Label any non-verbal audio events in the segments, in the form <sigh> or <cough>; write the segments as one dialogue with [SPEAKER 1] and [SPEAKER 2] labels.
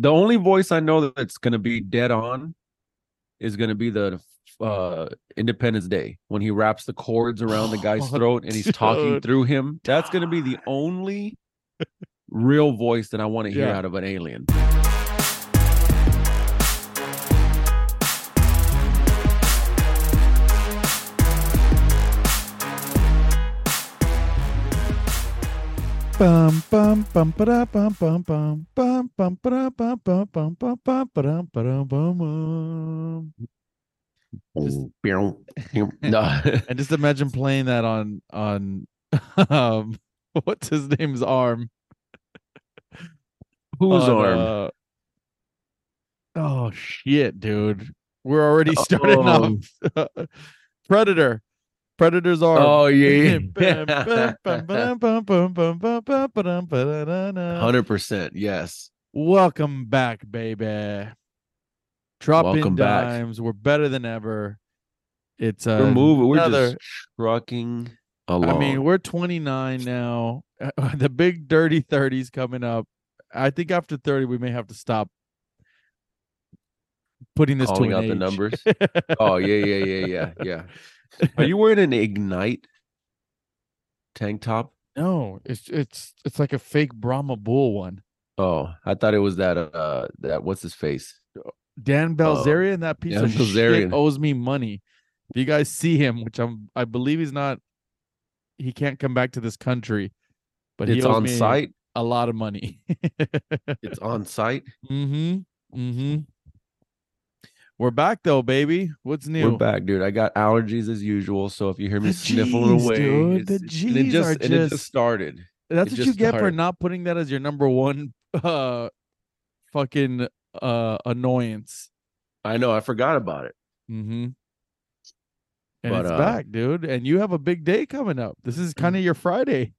[SPEAKER 1] The only voice I know that's gonna be dead on is gonna be the uh Independence Day when he wraps the cords around the
[SPEAKER 2] <laughs>
[SPEAKER 1] guy's
[SPEAKER 2] Oh,
[SPEAKER 1] throat and he's talking
[SPEAKER 2] dude.
[SPEAKER 1] through him. That's gonna be
[SPEAKER 2] <laughs>
[SPEAKER 1] the only real voice that I want to hear
[SPEAKER 2] Yeah.
[SPEAKER 1] out of an alien.
[SPEAKER 2] Bum bum bum ba bum bum bum bum bum ba bum bum bum bum bum ba bum bum bum. Just- <laughs>
[SPEAKER 1] <laughs> No.
[SPEAKER 2] And just imagine playing that on on <laughs> um what's his name's arm?
[SPEAKER 1] Whose
[SPEAKER 2] On,
[SPEAKER 1] arm?
[SPEAKER 2] uh, oh shit, dude. We're already starting off. <laughs> Predator. Predator's arm. <laughs>
[SPEAKER 1] oh yeah.
[SPEAKER 2] Welcome
[SPEAKER 1] Hundred percent, yes.
[SPEAKER 2] back, baby. Drop in
[SPEAKER 1] Welcome back.
[SPEAKER 2] dimes. We're better than ever. It's uh,
[SPEAKER 1] We're moving. We're
[SPEAKER 2] another-
[SPEAKER 1] just trucking along.
[SPEAKER 2] I mean, we're 29 now. <laughs> The big dirty 30s coming up. I think after 30, we may have to stop putting this
[SPEAKER 1] calling
[SPEAKER 2] to
[SPEAKER 1] out
[SPEAKER 2] an
[SPEAKER 1] the
[SPEAKER 2] age.
[SPEAKER 1] numbers.
[SPEAKER 2] <laughs>
[SPEAKER 1] oh yeah, yeah, yeah, yeah, yeah. Are you wearing an ignite tank top?
[SPEAKER 2] No, it's it's it's like a fake Brahma bull one.
[SPEAKER 1] Oh, I thought it was that. Uh, that what's his face?
[SPEAKER 2] Dan Balzerian, that piece
[SPEAKER 1] Oh, Dan
[SPEAKER 2] of shit
[SPEAKER 1] Bilzerian.
[SPEAKER 2] owes me money. If you guys see him, which I'm, I believe he's not, he can't come back to this country, but he
[SPEAKER 1] it's
[SPEAKER 2] owes
[SPEAKER 1] on
[SPEAKER 2] me
[SPEAKER 1] <laughs> site.
[SPEAKER 2] a lot of money. <laughs>
[SPEAKER 1] It's on site.
[SPEAKER 2] mm-hmm. Mm-hmm. We're back though, baby. What's new?
[SPEAKER 1] We're back, dude. I got allergies as usual. So if you hear me
[SPEAKER 2] The
[SPEAKER 1] sniffling
[SPEAKER 2] Gs,
[SPEAKER 1] away,
[SPEAKER 2] dude, the
[SPEAKER 1] it's- and it
[SPEAKER 2] Gs
[SPEAKER 1] just
[SPEAKER 2] are
[SPEAKER 1] and it
[SPEAKER 2] just-
[SPEAKER 1] just started. It
[SPEAKER 2] That's what you
[SPEAKER 1] just
[SPEAKER 2] get for
[SPEAKER 1] started.
[SPEAKER 2] not putting that as your number one <laughs> uh fucking uh annoyance.
[SPEAKER 1] I know. I forgot about it.
[SPEAKER 2] Mm-hmm. And
[SPEAKER 1] But,
[SPEAKER 2] it's
[SPEAKER 1] uh, Mm.
[SPEAKER 2] back, dude. And you have a big day coming up. This is kind of your Friday.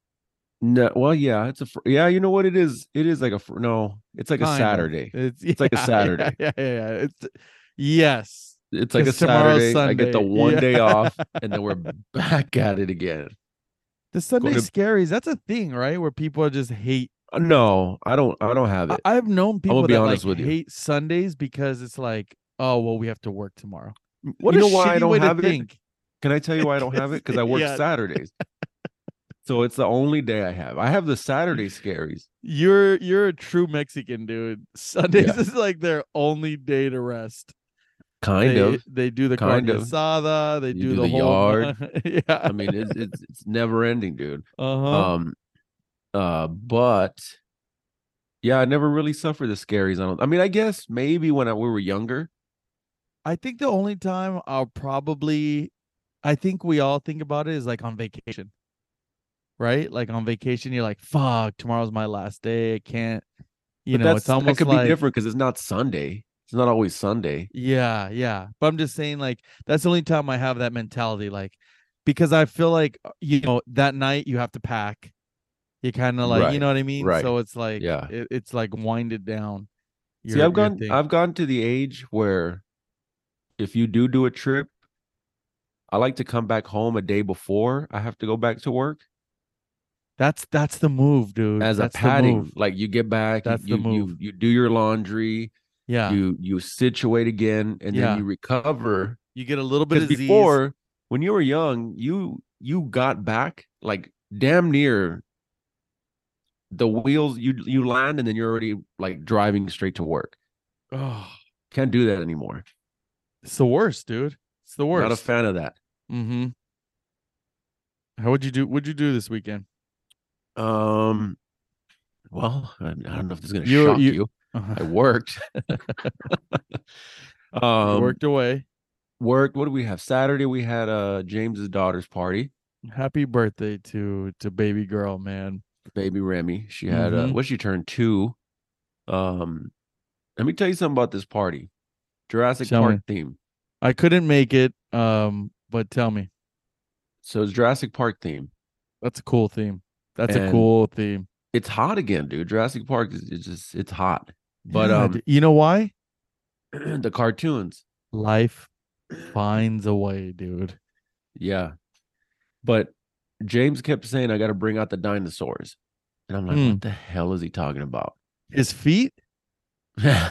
[SPEAKER 1] No. Well, yeah. It's a. fr- Yeah. You know what it is? It is like a. fr- No. It's like a
[SPEAKER 2] Kinda.
[SPEAKER 1] Saturday.
[SPEAKER 2] It's, <laughs>
[SPEAKER 1] like a
[SPEAKER 2] yeah, yeah,
[SPEAKER 1] Saturday.
[SPEAKER 2] Yeah, yeah, yeah. It's yes.
[SPEAKER 1] It's like a
[SPEAKER 2] 'Cause tomorrow's
[SPEAKER 1] Saturday. I get the
[SPEAKER 2] Sunday.
[SPEAKER 1] one
[SPEAKER 2] Yeah.
[SPEAKER 1] day off, and <laughs> then we're back at it again.
[SPEAKER 2] The Sunday
[SPEAKER 1] to-
[SPEAKER 2] scaries, that's a thing, right? Where people are just hate.
[SPEAKER 1] Uh, No, I don't. I don't have
[SPEAKER 2] I,
[SPEAKER 1] it.
[SPEAKER 2] I've known people
[SPEAKER 1] gonna be
[SPEAKER 2] that
[SPEAKER 1] honest
[SPEAKER 2] like
[SPEAKER 1] with you.
[SPEAKER 2] hate Sundays because it's like, oh well, we have to work tomorrow.
[SPEAKER 1] What
[SPEAKER 2] you
[SPEAKER 1] is
[SPEAKER 2] know why I don't have
[SPEAKER 1] it?
[SPEAKER 2] think.
[SPEAKER 1] Can I tell you why I don't have it? Because
[SPEAKER 2] <laughs>
[SPEAKER 1] I work
[SPEAKER 2] Yeah.
[SPEAKER 1] Saturdays, so it's the only day I have. I have the Saturday scaries.
[SPEAKER 2] You're you're a true Mexican, dude. <laughs> Sundays
[SPEAKER 1] Yeah.
[SPEAKER 2] is like their only day to rest.
[SPEAKER 1] Kind
[SPEAKER 2] they,
[SPEAKER 1] of.
[SPEAKER 2] They do the
[SPEAKER 1] Kind
[SPEAKER 2] carne
[SPEAKER 1] of.
[SPEAKER 2] asada. They
[SPEAKER 1] You
[SPEAKER 2] do,
[SPEAKER 1] do
[SPEAKER 2] the,
[SPEAKER 1] the
[SPEAKER 2] whole
[SPEAKER 1] yard.
[SPEAKER 2] <laughs> yeah.
[SPEAKER 1] I mean, it's it's, it's never ending, dude.
[SPEAKER 2] <laughs> uh-huh.
[SPEAKER 1] Um, uh, but yeah, I never really suffered the scaries. I don't. I mean, I guess maybe when I, we were younger.
[SPEAKER 2] I think the only time I'll probably, I think we all think about it is like on vacation, right? Like on vacation, you're like, "Fuck, tomorrow's my last day. I can't." You
[SPEAKER 1] but
[SPEAKER 2] know,
[SPEAKER 1] that's,
[SPEAKER 2] it's almost
[SPEAKER 1] that could
[SPEAKER 2] like
[SPEAKER 1] be different because it's not Sunday. It's not always Sunday.
[SPEAKER 2] Yeah, yeah. But I'm just saying, like, that's the only time I have that mentality, like, because I feel like uh, you know that night you have to pack. You kind of like, you
[SPEAKER 1] Right,
[SPEAKER 2] know what I mean.
[SPEAKER 1] right.
[SPEAKER 2] So it's like,
[SPEAKER 1] Yeah.
[SPEAKER 2] it, it's like winded down.
[SPEAKER 1] See,
[SPEAKER 2] your-
[SPEAKER 1] I've
[SPEAKER 2] your
[SPEAKER 1] gone
[SPEAKER 2] thing.
[SPEAKER 1] I've gone to the age where if you do do a trip, I like to come back home a day before I have to go back to work
[SPEAKER 2] That's that's the move, dude.
[SPEAKER 1] as
[SPEAKER 2] that's
[SPEAKER 1] a
[SPEAKER 2] the
[SPEAKER 1] padding.
[SPEAKER 2] move.
[SPEAKER 1] Like you get back, you-
[SPEAKER 2] That's the
[SPEAKER 1] you,
[SPEAKER 2] move.
[SPEAKER 1] you you do your laundry,
[SPEAKER 2] Yeah, you,
[SPEAKER 1] you you situate again, and
[SPEAKER 2] Yeah.
[SPEAKER 1] then you recover.
[SPEAKER 2] get a little bit
[SPEAKER 1] Because
[SPEAKER 2] of z's.
[SPEAKER 1] before, when you were young, you you got back like damn near the wheels. You you land and then you're already like driving straight to work.
[SPEAKER 2] Ugh,
[SPEAKER 1] Can't do that anymore.
[SPEAKER 2] it's the worst, dude. It's the worst.
[SPEAKER 1] Not a fan of that.
[SPEAKER 2] mm-hmm. How would you do? What'd you do this weekend?
[SPEAKER 1] Um, well, I, I don't know if this is gonna
[SPEAKER 2] You-
[SPEAKER 1] shock
[SPEAKER 2] <laughs> you-
[SPEAKER 1] you.
[SPEAKER 2] Uh-huh.
[SPEAKER 1] I worked. <laughs>
[SPEAKER 2] You
[SPEAKER 1] um, worked.
[SPEAKER 2] worked away.
[SPEAKER 1] Worked. What do we have? Saturday we had uh James's daughter's party.
[SPEAKER 2] Happy birthday to to baby girl, man.
[SPEAKER 1] Baby Remy. She had uh,
[SPEAKER 2] Mhm.
[SPEAKER 1] what she turned two. Um, let me tell you something about this party. Jurassic
[SPEAKER 2] Tell
[SPEAKER 1] Park
[SPEAKER 2] me.
[SPEAKER 1] theme.
[SPEAKER 2] I couldn't make it. Um, but tell me,
[SPEAKER 1] So it's Jurassic Park theme.
[SPEAKER 2] that's a cool theme. That's a
[SPEAKER 1] And-
[SPEAKER 2] cool theme.
[SPEAKER 1] It's hot again, dude. Jurassic Park is it's just it's hot. <clears throat> But
[SPEAKER 2] Yeah, d- you know why?
[SPEAKER 1] um, the cartoons.
[SPEAKER 2] Life finds a way, dude.
[SPEAKER 1] Yeah. But James kept saying, I got to bring out the dinosaurs. And I'm like,
[SPEAKER 2] Hmm. <laughs>
[SPEAKER 1] <laughs> what the hell is he talking about?
[SPEAKER 2] His feet.
[SPEAKER 1] so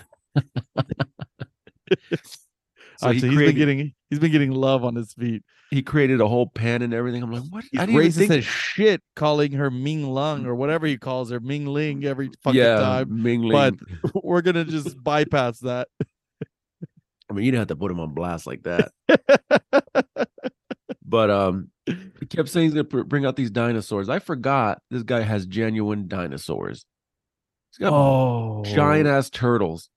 [SPEAKER 2] Uh,
[SPEAKER 1] he,
[SPEAKER 2] so he's
[SPEAKER 1] created,
[SPEAKER 2] been getting he's been getting love on his feet.
[SPEAKER 1] he created a whole pen and everything. I'm like, what?
[SPEAKER 2] He's
[SPEAKER 1] I didn't even
[SPEAKER 2] racist
[SPEAKER 1] think
[SPEAKER 2] as shit, calling her Ming Lung or whatever he calls her Ming Ling every fucking
[SPEAKER 1] Mm. yeah,
[SPEAKER 2] time. <laughs>
[SPEAKER 1] Ming Ling.
[SPEAKER 2] but- We're
[SPEAKER 1] <laughs>
[SPEAKER 2] gonna just bypass that.
[SPEAKER 1] I mean, you didn't have to put him on blast like that. but um, he kept saying he's gonna pr- bring out these dinosaurs. I forgot this guy has genuine dinosaurs. He's got
[SPEAKER 2] Oh,
[SPEAKER 1] giant ass turtles.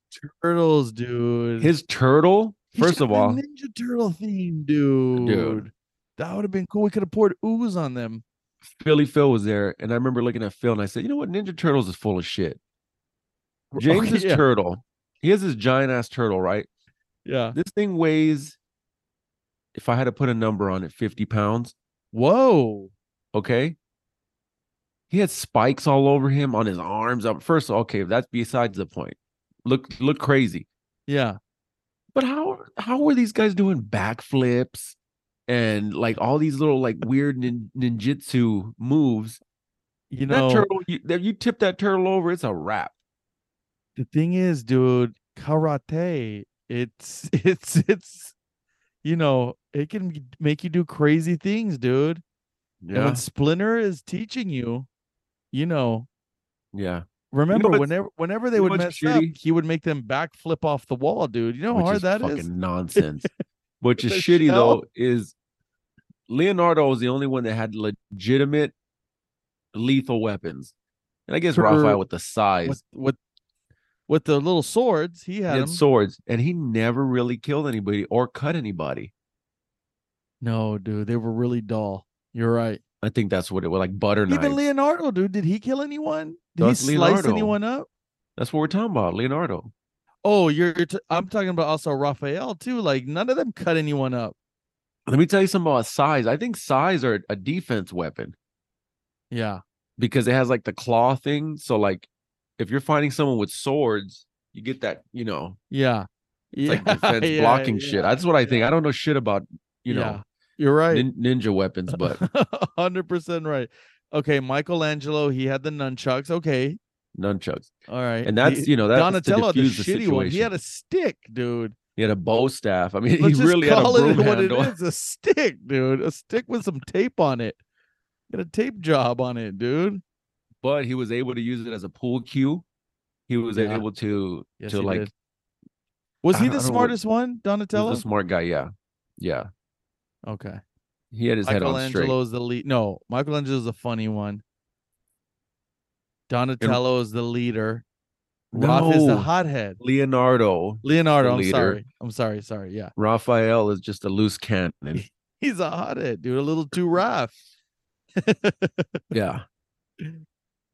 [SPEAKER 2] turtles, dude.
[SPEAKER 1] His turtle,
[SPEAKER 2] He
[SPEAKER 1] first
[SPEAKER 2] should
[SPEAKER 1] of
[SPEAKER 2] have
[SPEAKER 1] all,
[SPEAKER 2] been Ninja Turtle theme, dude. that would have been cool. We could have poured ooze
[SPEAKER 1] <laughs>
[SPEAKER 2] on them.
[SPEAKER 1] Philly Phil was there, and I remember looking at Phil and I said, "You know what? Ninja Turtles is full of shit."
[SPEAKER 2] <laughs>
[SPEAKER 1] James's
[SPEAKER 2] Okay, yeah,
[SPEAKER 1] turtle, he has this giant ass turtle, right?
[SPEAKER 2] yeah.
[SPEAKER 1] This thing weighs, if I had to put a number on it, fifty pounds.
[SPEAKER 2] Whoa.
[SPEAKER 1] Okay. He had spikes all over him on his arms. Um, first, okay, that's besides the point. Look, look crazy.
[SPEAKER 2] Yeah.
[SPEAKER 1] But how how were these guys doing backflips and like all these little like weird nin- ninjutsu moves?
[SPEAKER 2] You
[SPEAKER 1] that
[SPEAKER 2] know
[SPEAKER 1] turtle, you, that- you tip that turtle over, it's a wrap.
[SPEAKER 2] the thing is, dude, karate, it's <laughs> it's it's you know, it can g- make you do crazy things, dude. And when Splinter is teaching you, you know,
[SPEAKER 1] yeah.
[SPEAKER 2] remember
[SPEAKER 1] what's-
[SPEAKER 2] whenever whenever they
[SPEAKER 1] you know
[SPEAKER 2] would mess
[SPEAKER 1] what's
[SPEAKER 2] up,
[SPEAKER 1] shitty?
[SPEAKER 2] he would make them backflip off the wall, dude. You know how
[SPEAKER 1] Which
[SPEAKER 2] hard
[SPEAKER 1] is
[SPEAKER 2] that
[SPEAKER 1] fucking
[SPEAKER 2] <laughs> is?
[SPEAKER 1] nonsense. Which is
[SPEAKER 2] The
[SPEAKER 1] shitty
[SPEAKER 2] shell.
[SPEAKER 1] though is Leonardo was the only one that had legitimate lethal weapons, and I guess
[SPEAKER 2] True.
[SPEAKER 1] Raphael with the size
[SPEAKER 2] With, with with the little swords, he had
[SPEAKER 1] and
[SPEAKER 2] 'em.
[SPEAKER 1] swords, and he never really killed anybody or cut anybody.
[SPEAKER 2] No, dude, they were really dull. You're right.
[SPEAKER 1] I think that's what it was like butter knives.
[SPEAKER 2] Even Leonardo, dude, did he kill anyone? Did
[SPEAKER 1] That's
[SPEAKER 2] he slice
[SPEAKER 1] Leonardo.
[SPEAKER 2] anyone up?
[SPEAKER 1] that's what we're talking about, Leonardo.
[SPEAKER 2] Oh, you're, you're t- I'm talking about also Raphael too. Like none of them cut anyone up.
[SPEAKER 1] Let me tell you something about size. I think size are a defense weapon
[SPEAKER 2] Yeah.
[SPEAKER 1] because it has like the claw thing. So like, if you're fighting someone with swords, you get that you know
[SPEAKER 2] Yeah.
[SPEAKER 1] It's like defense
[SPEAKER 2] <laughs> yeah,
[SPEAKER 1] blocking
[SPEAKER 2] yeah,
[SPEAKER 1] shit. That's what I think.
[SPEAKER 2] yeah.
[SPEAKER 1] I don't know shit about you
[SPEAKER 2] Yeah,
[SPEAKER 1] know
[SPEAKER 2] You're right.
[SPEAKER 1] nin- ninja
[SPEAKER 2] <laughs>
[SPEAKER 1] weapons, but
[SPEAKER 2] hundred percent right. Okay, Michelangelo, he had the nunchucks. Okay.
[SPEAKER 1] nunchucks.
[SPEAKER 2] All right.
[SPEAKER 1] And that's
[SPEAKER 2] The-
[SPEAKER 1] you know that's
[SPEAKER 2] Donatello,
[SPEAKER 1] to
[SPEAKER 2] had the
[SPEAKER 1] diffuse the,
[SPEAKER 2] shitty
[SPEAKER 1] situation.
[SPEAKER 2] one. He had a stick, dude.
[SPEAKER 1] he had a bow staff. I mean, <laughs>
[SPEAKER 2] Let's
[SPEAKER 1] he
[SPEAKER 2] just
[SPEAKER 1] really had a
[SPEAKER 2] call
[SPEAKER 1] broom
[SPEAKER 2] it what
[SPEAKER 1] handle.
[SPEAKER 2] it is. A stick, dude. A stick with some tape on it. Get a tape job on it, dude.
[SPEAKER 1] But he was able to use it as a pool cue. He was
[SPEAKER 2] Yeah.
[SPEAKER 1] able to
[SPEAKER 2] Yes,
[SPEAKER 1] to
[SPEAKER 2] he
[SPEAKER 1] like
[SPEAKER 2] did. Was
[SPEAKER 1] I don't- I
[SPEAKER 2] he the
[SPEAKER 1] don't know what-
[SPEAKER 2] smartest one,
[SPEAKER 1] he
[SPEAKER 2] Donatello?
[SPEAKER 1] was a smart guy. Yeah, yeah.
[SPEAKER 2] okay.
[SPEAKER 1] He had his head on straight.
[SPEAKER 2] Michelangelo is the lead. No, Michelangelo is the funny one. Donatello is the leader. Roth is the
[SPEAKER 1] No.
[SPEAKER 2] hothead.
[SPEAKER 1] Leonardo
[SPEAKER 2] Leonardo, I'm
[SPEAKER 1] leader.
[SPEAKER 2] sorry. I'm sorry. Sorry. Yeah.
[SPEAKER 1] Raphael is just a loose
[SPEAKER 2] <laughs>
[SPEAKER 1] cannon.
[SPEAKER 2] He's a hothead, dude. A little too rough.
[SPEAKER 1] yeah,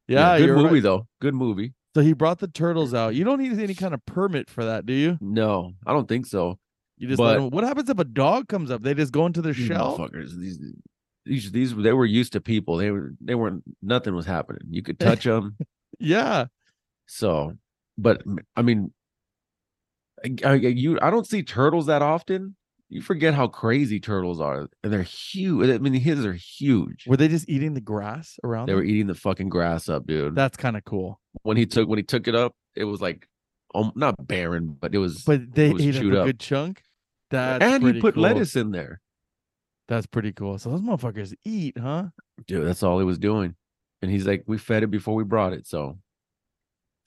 [SPEAKER 2] Yeah.
[SPEAKER 1] Good
[SPEAKER 2] you're
[SPEAKER 1] movie
[SPEAKER 2] right.
[SPEAKER 1] though. Good movie.
[SPEAKER 2] So he brought the turtles out. You don't need any kind of permit for that, do you?
[SPEAKER 1] No, I don't think so.
[SPEAKER 2] You just let
[SPEAKER 1] But-
[SPEAKER 2] 'em- what happens if a dog comes up? They just go into the
[SPEAKER 1] These
[SPEAKER 2] shell.
[SPEAKER 1] motherfuckers. These, these, these. They were used to people. They were. They weren't. Nothing was happening. You could
[SPEAKER 2] <laughs>
[SPEAKER 1] touch them.
[SPEAKER 2] Yeah.
[SPEAKER 1] So, but m- I mean, I, I- you. I don't see turtles that often. You forget how crazy turtles are, and they're huge. I mean, his are huge.
[SPEAKER 2] Were they just eating the grass around?
[SPEAKER 1] They were
[SPEAKER 2] them?
[SPEAKER 1] eating the fucking grass up, dude.
[SPEAKER 2] That's kind of cool.
[SPEAKER 1] when he took when he took it up, it was like, um, not barren, but it was.
[SPEAKER 2] But they
[SPEAKER 1] was
[SPEAKER 2] ate up
[SPEAKER 1] chewed
[SPEAKER 2] a
[SPEAKER 1] up.
[SPEAKER 2] good chunk. That's
[SPEAKER 1] and he
[SPEAKER 2] pretty
[SPEAKER 1] put
[SPEAKER 2] cool.
[SPEAKER 1] lettuce in there,
[SPEAKER 2] That's pretty cool. So those motherfuckers eat, huh? <laughs>
[SPEAKER 1] dude. That's all he was doing, and he's like, "We fed it before we brought it." So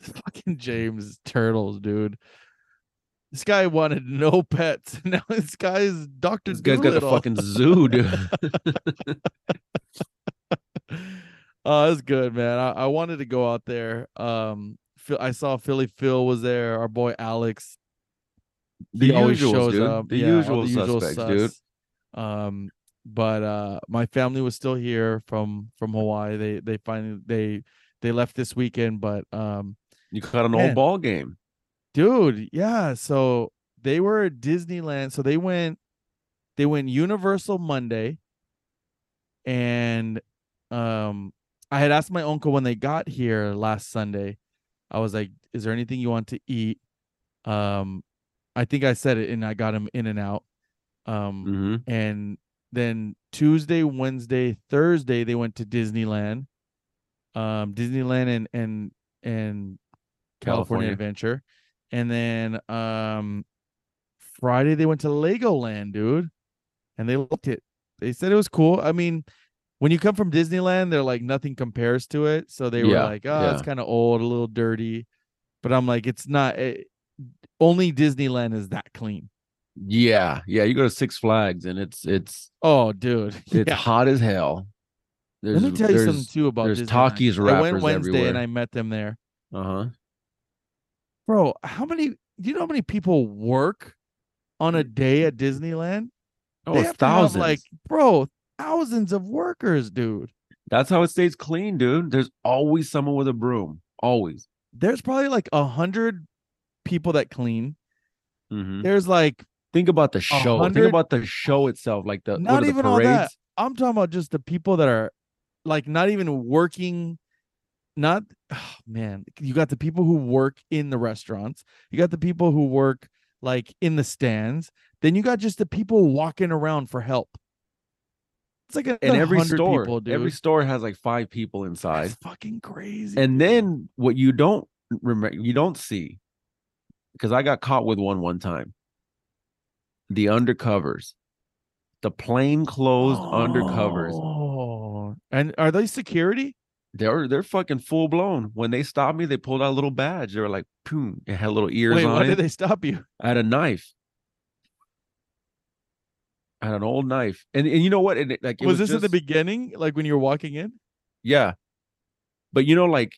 [SPEAKER 2] Fucking James Turtles, dude. This guy wanted no pets. <laughs> Now this guy is Doctor.
[SPEAKER 1] this guy's got the fucking zoo,
[SPEAKER 2] <laughs>
[SPEAKER 1] dude.
[SPEAKER 2] <laughs> Oh, that's good, man. I, I wanted to go out there. Um, Phil, I saw Philly Phil was there. Our boy Alex.
[SPEAKER 1] the
[SPEAKER 2] he always
[SPEAKER 1] usuals,
[SPEAKER 2] shows
[SPEAKER 1] dude.
[SPEAKER 2] up.
[SPEAKER 1] The
[SPEAKER 2] yeah, all
[SPEAKER 1] usual suspects, dude.
[SPEAKER 2] sus. Um, but uh, my family was still here from from Hawaii. They they finally they they left this weekend, but um,
[SPEAKER 1] You caught an
[SPEAKER 2] Man.
[SPEAKER 1] old ball game.
[SPEAKER 2] dude yeah so they were at disneyland so they went they went universal monday and um i had asked my uncle when they got here last sunday i was like is there anything you want to eat um i think i said it and i got him in and out um
[SPEAKER 1] Mm-hmm.
[SPEAKER 2] and then Tuesday, Wednesday, Thursday they went to Disneyland, um, Disneyland and and and California,
[SPEAKER 1] California.
[SPEAKER 2] Adventure, And then um Friday they went to Legoland, dude, and they liked it. They said it was cool. I mean, when you come from Disneyland, they're like nothing compares to it. So they were
[SPEAKER 1] Yeah,
[SPEAKER 2] like, "Oh, it's
[SPEAKER 1] yeah.
[SPEAKER 2] kind of old, a little dirty." But I'm like, it's not it, only Disneyland is that clean.
[SPEAKER 1] Yeah, yeah. You go to Six Flags and it's
[SPEAKER 2] <laughs>
[SPEAKER 1] it's
[SPEAKER 2] Oh, dude.
[SPEAKER 1] it's
[SPEAKER 2] Yeah.
[SPEAKER 1] hot as hell.
[SPEAKER 2] Let me tell you something too about
[SPEAKER 1] there's
[SPEAKER 2] Disneyland.
[SPEAKER 1] Takis
[SPEAKER 2] I went
[SPEAKER 1] wrappers
[SPEAKER 2] Wednesday and
[SPEAKER 1] everywhere.
[SPEAKER 2] I met them there.
[SPEAKER 1] Uh huh.
[SPEAKER 2] Bro, how many do you know how many people work on a day at Disneyland?
[SPEAKER 1] Oh,
[SPEAKER 2] They
[SPEAKER 1] it's
[SPEAKER 2] have to have,
[SPEAKER 1] thousands.
[SPEAKER 2] like, bro, thousands of workers, dude.
[SPEAKER 1] That's how it stays clean, dude. There's always someone with a broom. Always.
[SPEAKER 2] There's probably like a hundred people that clean.
[SPEAKER 1] Mm-hmm. Mhm.
[SPEAKER 2] There's like
[SPEAKER 1] Think about the show.
[SPEAKER 2] hundred-
[SPEAKER 1] Think about the show itself, like the
[SPEAKER 2] Not
[SPEAKER 1] what are
[SPEAKER 2] even
[SPEAKER 1] the
[SPEAKER 2] all
[SPEAKER 1] parades.
[SPEAKER 2] that. I'm talking about just the people that are like not even working. Not oh, man, you got the people who work in the restaurants. You got the people who work like in the stands. Then you got just the people walking around for help. It's like a,
[SPEAKER 1] And every
[SPEAKER 2] 100
[SPEAKER 1] store,
[SPEAKER 2] people, dude.
[SPEAKER 1] every store has like five people
[SPEAKER 2] That's
[SPEAKER 1] inside.
[SPEAKER 2] fucking crazy.
[SPEAKER 1] And then what you don't remember, you don't see, because I got caught with one one time. The undercovers, the plain clothes undercovers.
[SPEAKER 2] Oh, and are they security?
[SPEAKER 1] They're they're fucking full blown. When they stopped me, they pulled out a little badge. They were like, "Poom!" It had little ears
[SPEAKER 2] Wait,
[SPEAKER 1] on
[SPEAKER 2] why
[SPEAKER 1] it.
[SPEAKER 2] did they stop you?
[SPEAKER 1] I had a knife. I had an old knife, and and you know what? And it, like it
[SPEAKER 2] was,
[SPEAKER 1] was,
[SPEAKER 2] this at the
[SPEAKER 1] just-
[SPEAKER 2] beginning, like when you were walking in?
[SPEAKER 1] Yeah, but you know, like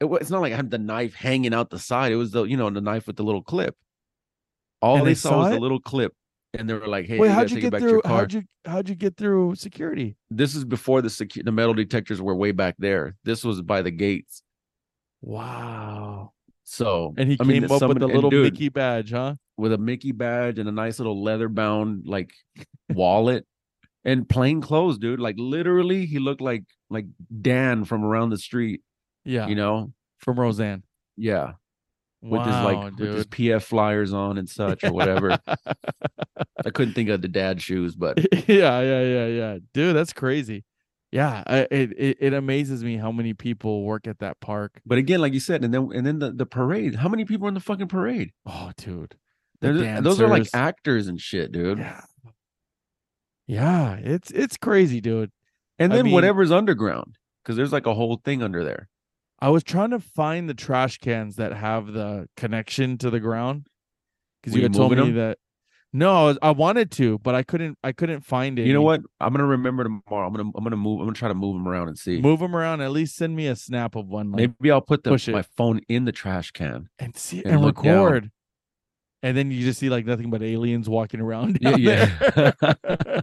[SPEAKER 1] it, wa- it's not like I had the knife hanging out the side. It was the you know the knife with the little clip. All
[SPEAKER 2] And
[SPEAKER 1] they,
[SPEAKER 2] they
[SPEAKER 1] saw,
[SPEAKER 2] saw
[SPEAKER 1] was
[SPEAKER 2] it?
[SPEAKER 1] the little clip, and they were like, "Hey,
[SPEAKER 2] Wait,
[SPEAKER 1] you
[SPEAKER 2] how'd
[SPEAKER 1] gotta
[SPEAKER 2] you
[SPEAKER 1] take it
[SPEAKER 2] get
[SPEAKER 1] back to your
[SPEAKER 2] through?
[SPEAKER 1] car."
[SPEAKER 2] How'd you how'd you get through security?
[SPEAKER 1] This is before the secu- the metal detectors were way back there. This was by the gates.
[SPEAKER 2] Wow.
[SPEAKER 1] So
[SPEAKER 2] And he
[SPEAKER 1] I
[SPEAKER 2] came
[SPEAKER 1] mean,
[SPEAKER 2] up with
[SPEAKER 1] someone-
[SPEAKER 2] the
[SPEAKER 1] and
[SPEAKER 2] little
[SPEAKER 1] dude,
[SPEAKER 2] Mickey badge, huh?
[SPEAKER 1] with a Mickey badge and a nice little leather bound like wallet and plain clothes, dude. Like literally, he looked like like Dan from around the street.
[SPEAKER 2] Yeah.
[SPEAKER 1] You know,
[SPEAKER 2] from Roseanne.
[SPEAKER 1] yeah, with
[SPEAKER 2] Wow,
[SPEAKER 1] his like
[SPEAKER 2] dude.
[SPEAKER 1] with his PF flyers on
[SPEAKER 2] <laughs>
[SPEAKER 1] and such <laughs> or whatever. I couldn't think of the dad shoes, but
[SPEAKER 2] yeah, yeah, yeah, yeah. Dude, that's crazy. Yeah, I, it, it it amazes me how many people work at that park.
[SPEAKER 1] but again, like you said, and then and then the the parade. How many people are in the fucking parade?
[SPEAKER 2] Oh, dude. The
[SPEAKER 1] They're- Those are like
[SPEAKER 2] dancers.
[SPEAKER 1] actors and shit, dude.
[SPEAKER 2] Yeah. Yeah, it's it's crazy, dude.
[SPEAKER 1] And
[SPEAKER 2] I
[SPEAKER 1] then
[SPEAKER 2] mean-
[SPEAKER 1] whatever's underground, because there's like a whole thing under there.
[SPEAKER 2] I was trying to find the trash cans that have the connection to the ground because
[SPEAKER 1] Were
[SPEAKER 2] you
[SPEAKER 1] you
[SPEAKER 2] had told me
[SPEAKER 1] moving 'em?
[SPEAKER 2] that. No, I, was, I wanted to, but I couldn't. I couldn't find it.
[SPEAKER 1] You know what? I'm gonna remember tomorrow. I'm gonna I'm gonna move. I'm gonna try to move them around and see.
[SPEAKER 2] Move them around. At least send me a snap of one, like,
[SPEAKER 1] Maybe I'll put the,
[SPEAKER 2] push it.
[SPEAKER 1] my phone in the trash
[SPEAKER 2] <laughs>
[SPEAKER 1] can.
[SPEAKER 2] and see
[SPEAKER 1] and
[SPEAKER 2] and,
[SPEAKER 1] look down.
[SPEAKER 2] record. And then you just see like nothing but aliens walking around.
[SPEAKER 1] Yeah,
[SPEAKER 2] down
[SPEAKER 1] yeah.
[SPEAKER 2] there.
[SPEAKER 1] <laughs>
[SPEAKER 2] <laughs>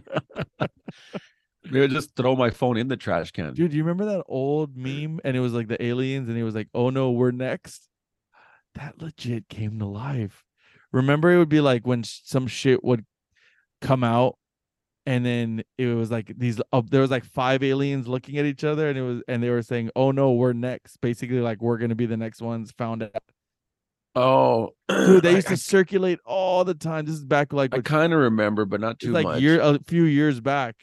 [SPEAKER 1] Maybe I'll just throw my phone in the trash can.
[SPEAKER 2] dude, you remember that old meme? And it was like the aliens, and he was like, "Oh no, we're next." That legit came to life. Remember, it would be like when sh- some shit would come out, and then it was like these. Uh, there was like five aliens looking at each other, and it was, and they were saying, "Oh no, we're next." Basically, like we're gonna be the next ones
[SPEAKER 1] <clears throat>
[SPEAKER 2] found out.
[SPEAKER 1] Oh,
[SPEAKER 2] Dude, they used
[SPEAKER 1] I,
[SPEAKER 2] to circulate all the time. This is back like with
[SPEAKER 1] kind of remember, but not
[SPEAKER 2] it's
[SPEAKER 1] too
[SPEAKER 2] like
[SPEAKER 1] much.
[SPEAKER 2] year a few years back,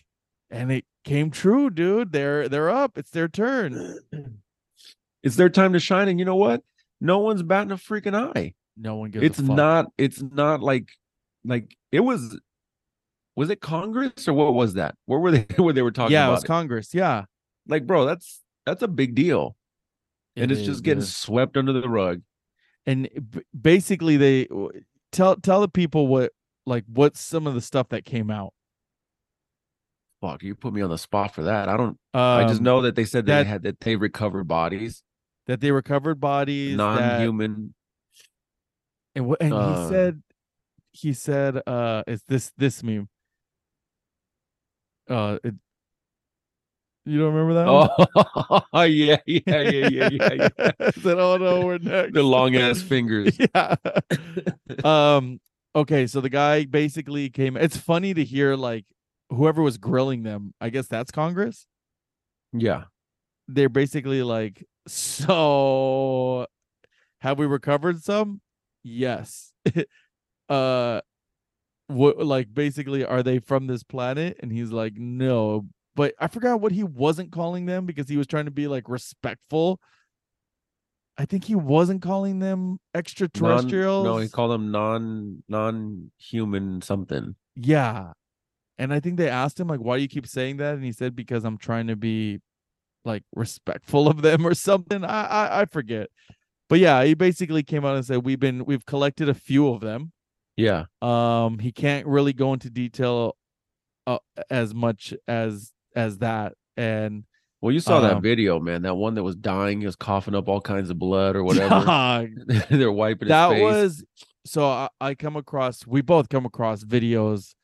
[SPEAKER 2] and it came true, dude. They're they're up. It's their turn.
[SPEAKER 1] <clears throat> it's their time to shine, and you know what? No one's batting a freaking eye.
[SPEAKER 2] No one gives. a
[SPEAKER 1] It's
[SPEAKER 2] fuck.
[SPEAKER 1] not. It's not like like it was. Was it Congress or what was that? Where were they? <laughs> Where they were talking
[SPEAKER 2] yeah, it
[SPEAKER 1] about
[SPEAKER 2] was
[SPEAKER 1] it?
[SPEAKER 2] Congress. Yeah,
[SPEAKER 1] like, bro, that's that's a big deal, and
[SPEAKER 2] It
[SPEAKER 1] it's
[SPEAKER 2] is,
[SPEAKER 1] just getting
[SPEAKER 2] dude.
[SPEAKER 1] swept under the rug.
[SPEAKER 2] and it- b- basically they w- tell tell the people what like what's some of the stuff that came out.
[SPEAKER 1] Fuck, you put me on the spot for that. I don't. I
[SPEAKER 2] Um,
[SPEAKER 1] just know that they said that,
[SPEAKER 2] that-
[SPEAKER 1] they had that they recovered bodies,
[SPEAKER 2] that they recovered bodies. that-
[SPEAKER 1] non-human.
[SPEAKER 2] and wha- and
[SPEAKER 1] uh,
[SPEAKER 2] he said he said uh it's this this meme. Uh, it, you don't remember that? one?
[SPEAKER 1] Oh <laughs> yeah, yeah, yeah, yeah, yeah. yeah.
[SPEAKER 2] <laughs> Said, oh no, we're next.
[SPEAKER 1] the long ass
[SPEAKER 2] <laughs>
[SPEAKER 1] fingers.
[SPEAKER 2] yeah. um. Okay, so the guy basically came. It's funny to hear like whoever was grilling them. I guess that's Congress.
[SPEAKER 1] Yeah,
[SPEAKER 2] They're basically like, so have we recovered some? Yes. <laughs> uh, what like basically are they from this planet? And he's like, no. But I forgot what he wasn't calling them because he was trying to be like respectful. I think he wasn't calling them extraterrestrials.
[SPEAKER 1] Non, no, he called them non non human something.
[SPEAKER 2] Yeah. And I think they asked him like why do you keep saying that? And he said, Because I'm trying to be like respectful of them <laughs> or something. I I, I forget. But yeah, he basically came out and said, We've been we've collected a few of them.
[SPEAKER 1] Yeah.
[SPEAKER 2] Um, he can't really go into detail uh, as much as as that. And <laughs>
[SPEAKER 1] Well, you saw that
[SPEAKER 2] Um,
[SPEAKER 1] video, man. That one that was dying, he was coughing up all kinds of blood <laughs> or whatever.
[SPEAKER 2] dog,
[SPEAKER 1] <laughs> They're wiping his
[SPEAKER 2] that
[SPEAKER 1] face.
[SPEAKER 2] was so I, I come across we both come across videos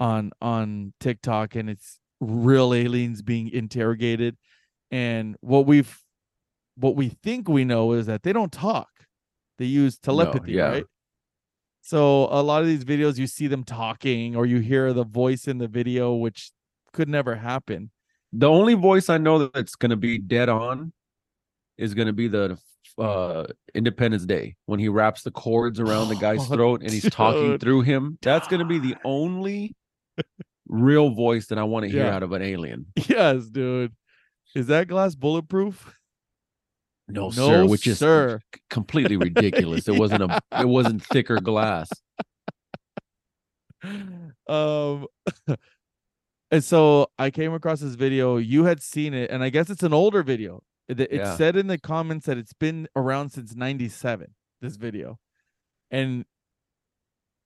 [SPEAKER 2] on on TikTok and it's real aliens being interrogated and what we've what we think we know is that they don't talk they use telepathy
[SPEAKER 1] yeah.
[SPEAKER 2] right so a lot of these videos you see them talking or you hear the voice in the video which could never happen <laughs>
[SPEAKER 1] the only voice I know that's gonna be dead on is gonna be the uh Independence Day when he wraps the cords around the <laughs> guy's
[SPEAKER 2] Oh,
[SPEAKER 1] throat and he's talking
[SPEAKER 2] dude.
[SPEAKER 1] through him. That's gonna be <laughs> the only real voice that I want to hear
[SPEAKER 2] Yeah.
[SPEAKER 1] out of an alien.
[SPEAKER 2] yes dude is that glass bulletproof
[SPEAKER 1] No,
[SPEAKER 2] No,
[SPEAKER 1] sir, which is
[SPEAKER 2] sir.
[SPEAKER 1] c- completely ridiculous. It wasn't a it wasn't thicker glass.
[SPEAKER 2] um <laughs> and so i came across this video you had seen it and i guess it's an older video it, it
[SPEAKER 1] Yeah.
[SPEAKER 2] said in the comments that it's been around since 97 this video and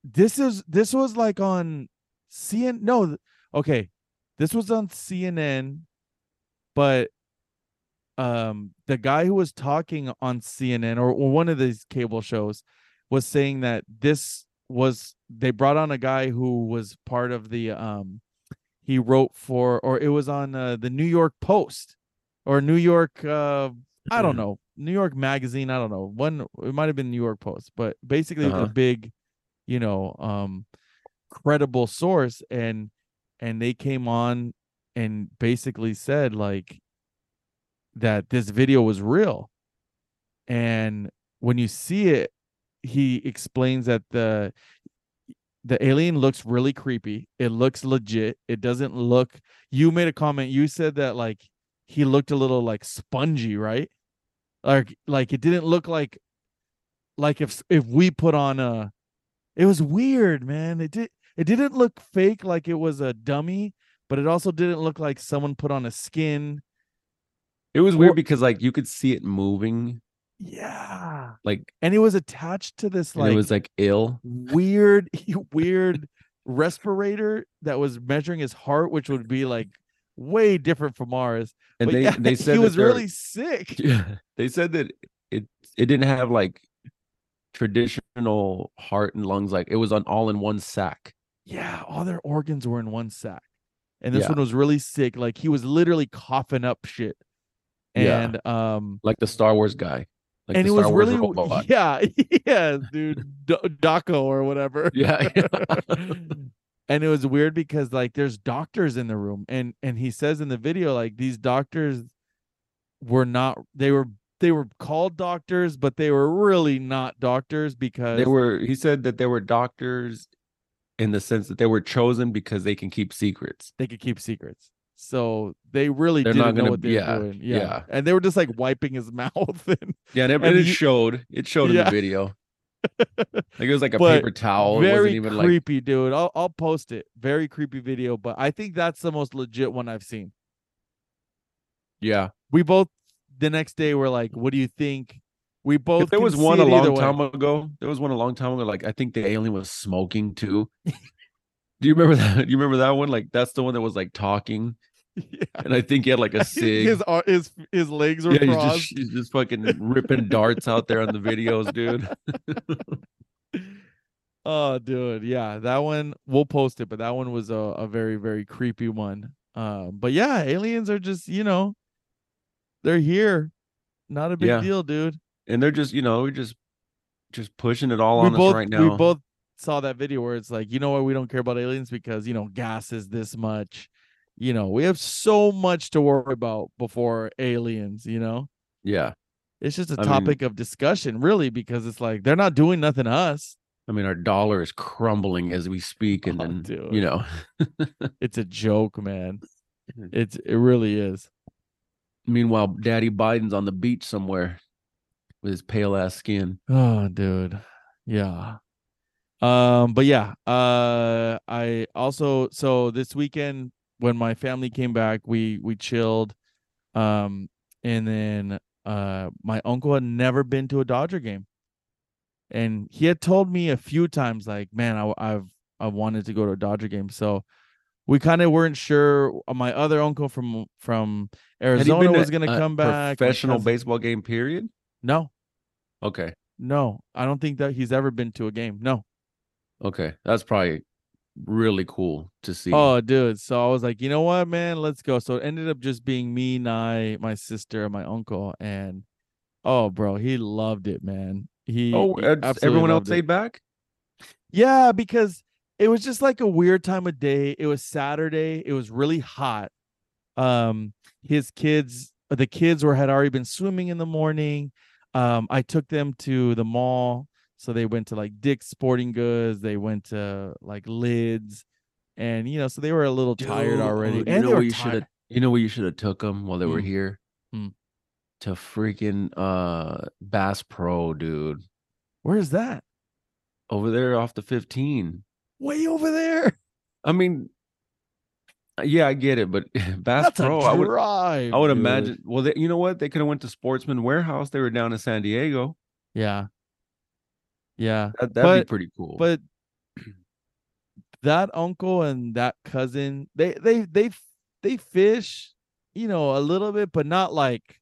[SPEAKER 2] this is this was like on cn no th- okay this was on cnn but um the guy who was talking on cnn or, or one of these cable shows was saying that this was they brought on a guy who was part of the um he wrote for or it was on uh, the New York Post or New York uh I don't know New York magazine I don't know one it might have been New York Post but basically it was
[SPEAKER 1] Uh-huh.
[SPEAKER 2] a big you know um credible source and and they came on and basically said like that this video was real and when you see it he explains that the the alien looks really creepy it looks legit it doesn't look you made a comment you said that like he looked a little like spongy right like like it didn't look like like if s- if we put on a it was weird man it did it didn't look fake like it was a dummy but it also didn't look like someone put on a skin
[SPEAKER 1] It was
[SPEAKER 2] Or-
[SPEAKER 1] weird because like you could see it moving,
[SPEAKER 2] yeah
[SPEAKER 1] like
[SPEAKER 2] and it was attached to this
[SPEAKER 1] and
[SPEAKER 2] like
[SPEAKER 1] it was like ill.
[SPEAKER 2] weird <laughs> weird respirator that was measuring his heart which would be like way different from ours
[SPEAKER 1] And
[SPEAKER 2] But
[SPEAKER 1] they
[SPEAKER 2] yeah,
[SPEAKER 1] they said
[SPEAKER 2] <laughs> he
[SPEAKER 1] that
[SPEAKER 2] was
[SPEAKER 1] they're-
[SPEAKER 2] really sick
[SPEAKER 1] <laughs> Yeah, they said that it it didn't have like traditional heart and lungs. Like it was on all in one sack.
[SPEAKER 2] yeah all their organs were in one sack and this
[SPEAKER 1] Yeah.
[SPEAKER 2] one was really sick like he was literally coughing up shit
[SPEAKER 1] Yeah.
[SPEAKER 2] and um
[SPEAKER 1] like the Star Wars guy. Like
[SPEAKER 2] and
[SPEAKER 1] the
[SPEAKER 2] it was
[SPEAKER 1] Star
[SPEAKER 2] really
[SPEAKER 1] Wars
[SPEAKER 2] <laughs>
[SPEAKER 1] robot. <laughs>
[SPEAKER 2] yeah yeah dude Do- Daco or
[SPEAKER 1] <laughs>
[SPEAKER 2] whatever
[SPEAKER 1] Yeah,
[SPEAKER 2] and it was weird because like there's doctors in the room and and he says in the video like these doctors were not they were they were called doctors but they were really not doctors because
[SPEAKER 1] they were. He said that they were doctors, in the sense that they were chosen because they can keep secrets.
[SPEAKER 2] they could keep secrets so they really
[SPEAKER 1] They're
[SPEAKER 2] didn't
[SPEAKER 1] not
[SPEAKER 2] know
[SPEAKER 1] gonna-
[SPEAKER 2] what they
[SPEAKER 1] yeah,
[SPEAKER 2] were doing yeah.
[SPEAKER 1] yeah.
[SPEAKER 2] and they were just like wiping his <laughs> mouth and
[SPEAKER 1] Yeah, and it,
[SPEAKER 2] And
[SPEAKER 1] and it
[SPEAKER 2] you-
[SPEAKER 1] showed. It showed in
[SPEAKER 2] Yeah.
[SPEAKER 1] the <laughs> video. Like it was like a
[SPEAKER 2] But
[SPEAKER 1] paper towel. it
[SPEAKER 2] very
[SPEAKER 1] wasn't even like
[SPEAKER 2] creepy dude I'll, I'll post it very creepy video but i think that's the most legit one i've seen
[SPEAKER 1] yeah.
[SPEAKER 2] we both the next day were like, "What do you think?" We both.
[SPEAKER 1] If there
[SPEAKER 2] can
[SPEAKER 1] was
[SPEAKER 2] see
[SPEAKER 1] one
[SPEAKER 2] it
[SPEAKER 1] a
[SPEAKER 2] either
[SPEAKER 1] long
[SPEAKER 2] way.
[SPEAKER 1] time ago, there was one a long time ago. Like I think the alien was smoking too. Do you remember <laughs> that? Do you remember that one? Like that's the one that was like talking,
[SPEAKER 2] <laughs> Yeah.
[SPEAKER 1] and I think he had like a cig.
[SPEAKER 2] <laughs> His, ar- his his legs were
[SPEAKER 1] yeah, he's
[SPEAKER 2] crossed.
[SPEAKER 1] just he's just fucking ripping darts out there on the videos, dude.
[SPEAKER 2] Oh, dude, yeah, that one we'll post it, but that one was a, a very very creepy one. Um, but yeah, aliens are just you know, they're here. Not a big
[SPEAKER 1] Yeah.
[SPEAKER 2] deal, dude.
[SPEAKER 1] And they're just you know we're just just pushing it all
[SPEAKER 2] we
[SPEAKER 1] on
[SPEAKER 2] both
[SPEAKER 1] us right now.
[SPEAKER 2] we both saw that video where it's like, you know what, we don't care about aliens because you know gas is this much. You know, we have so much to worry about before aliens. You know,
[SPEAKER 1] yeah,
[SPEAKER 2] It's just a
[SPEAKER 1] I mean-
[SPEAKER 2] topic of discussion, really, because it's like they're not doing nothing to us.
[SPEAKER 1] I mean our dollar is crumbling as we speak, and
[SPEAKER 2] Oh,
[SPEAKER 1] then
[SPEAKER 2] dude.
[SPEAKER 1] you know
[SPEAKER 2] It's a joke, man.
[SPEAKER 1] <laughs> Mhm.
[SPEAKER 2] It's it really is.
[SPEAKER 1] meanwhile Daddy Biden's on the beach somewhere. with his pale ass skin.
[SPEAKER 2] Oh, dude. Yeah. Um, but yeah, uh I also so this weekend when my family came back, we we chilled. Um and then uh my uncle had never been to a Dodger game. And he had told me a few times like, "Man, I I've I wanted to go to a Dodger game." So we kind of weren't sure uh, my other uncle from from
[SPEAKER 1] Had he
[SPEAKER 2] Arizona
[SPEAKER 1] been
[SPEAKER 2] was going to
[SPEAKER 1] a
[SPEAKER 2] come back. my
[SPEAKER 1] Professional
[SPEAKER 2] cousin-
[SPEAKER 1] baseball game, period.
[SPEAKER 2] No.
[SPEAKER 1] Okay.
[SPEAKER 2] No, I don't think that he's ever been to a game. No.
[SPEAKER 1] Okay. That's probably really cool to see.
[SPEAKER 2] Oh, dude. So I was like, you know what, man, let's go. So it ended up just being me, Nye, my sister, and my uncle. And oh, bro, he loved it, man. He
[SPEAKER 1] Oh,
[SPEAKER 2] he
[SPEAKER 1] that's-
[SPEAKER 2] absolutely
[SPEAKER 1] everyone else
[SPEAKER 2] loved it.
[SPEAKER 1] stayed back?
[SPEAKER 2] Yeah, because it was just like a weird time of day. It was Saturday. It was really hot. Um, his kids, the kids were had already been swimming in the morning. Um, I took them to the mall, so they went to like Dick's Sporting Goods. They went to like Lids, and you know, so they were a little tired
[SPEAKER 1] Dude,
[SPEAKER 2] already.
[SPEAKER 1] you
[SPEAKER 2] and
[SPEAKER 1] know
[SPEAKER 2] they were
[SPEAKER 1] where you shoulda-
[SPEAKER 2] tired.
[SPEAKER 1] You know where you should have took them while they were
[SPEAKER 2] Mm.
[SPEAKER 1] here?
[SPEAKER 2] Mm.
[SPEAKER 1] To freaking uh Bass Pro, dude.
[SPEAKER 2] Where is that?
[SPEAKER 1] Over there off the 15.
[SPEAKER 2] Way over there. <laughs>
[SPEAKER 1] I mean, yeah, I get it, but <laughs> Bass
[SPEAKER 2] That's
[SPEAKER 1] Pro,
[SPEAKER 2] a
[SPEAKER 1] I would
[SPEAKER 2] drive.
[SPEAKER 1] I would
[SPEAKER 2] dude.
[SPEAKER 1] imagine. Well, they, you know what? They could have went to Sportsman Warehouse. They were down in San Diego.
[SPEAKER 2] Yeah. Yeah.
[SPEAKER 1] That, that'd be
[SPEAKER 2] But-
[SPEAKER 1] pretty cool.
[SPEAKER 2] but that uncle and that cousin they they they f- they fish you know a little bit but not like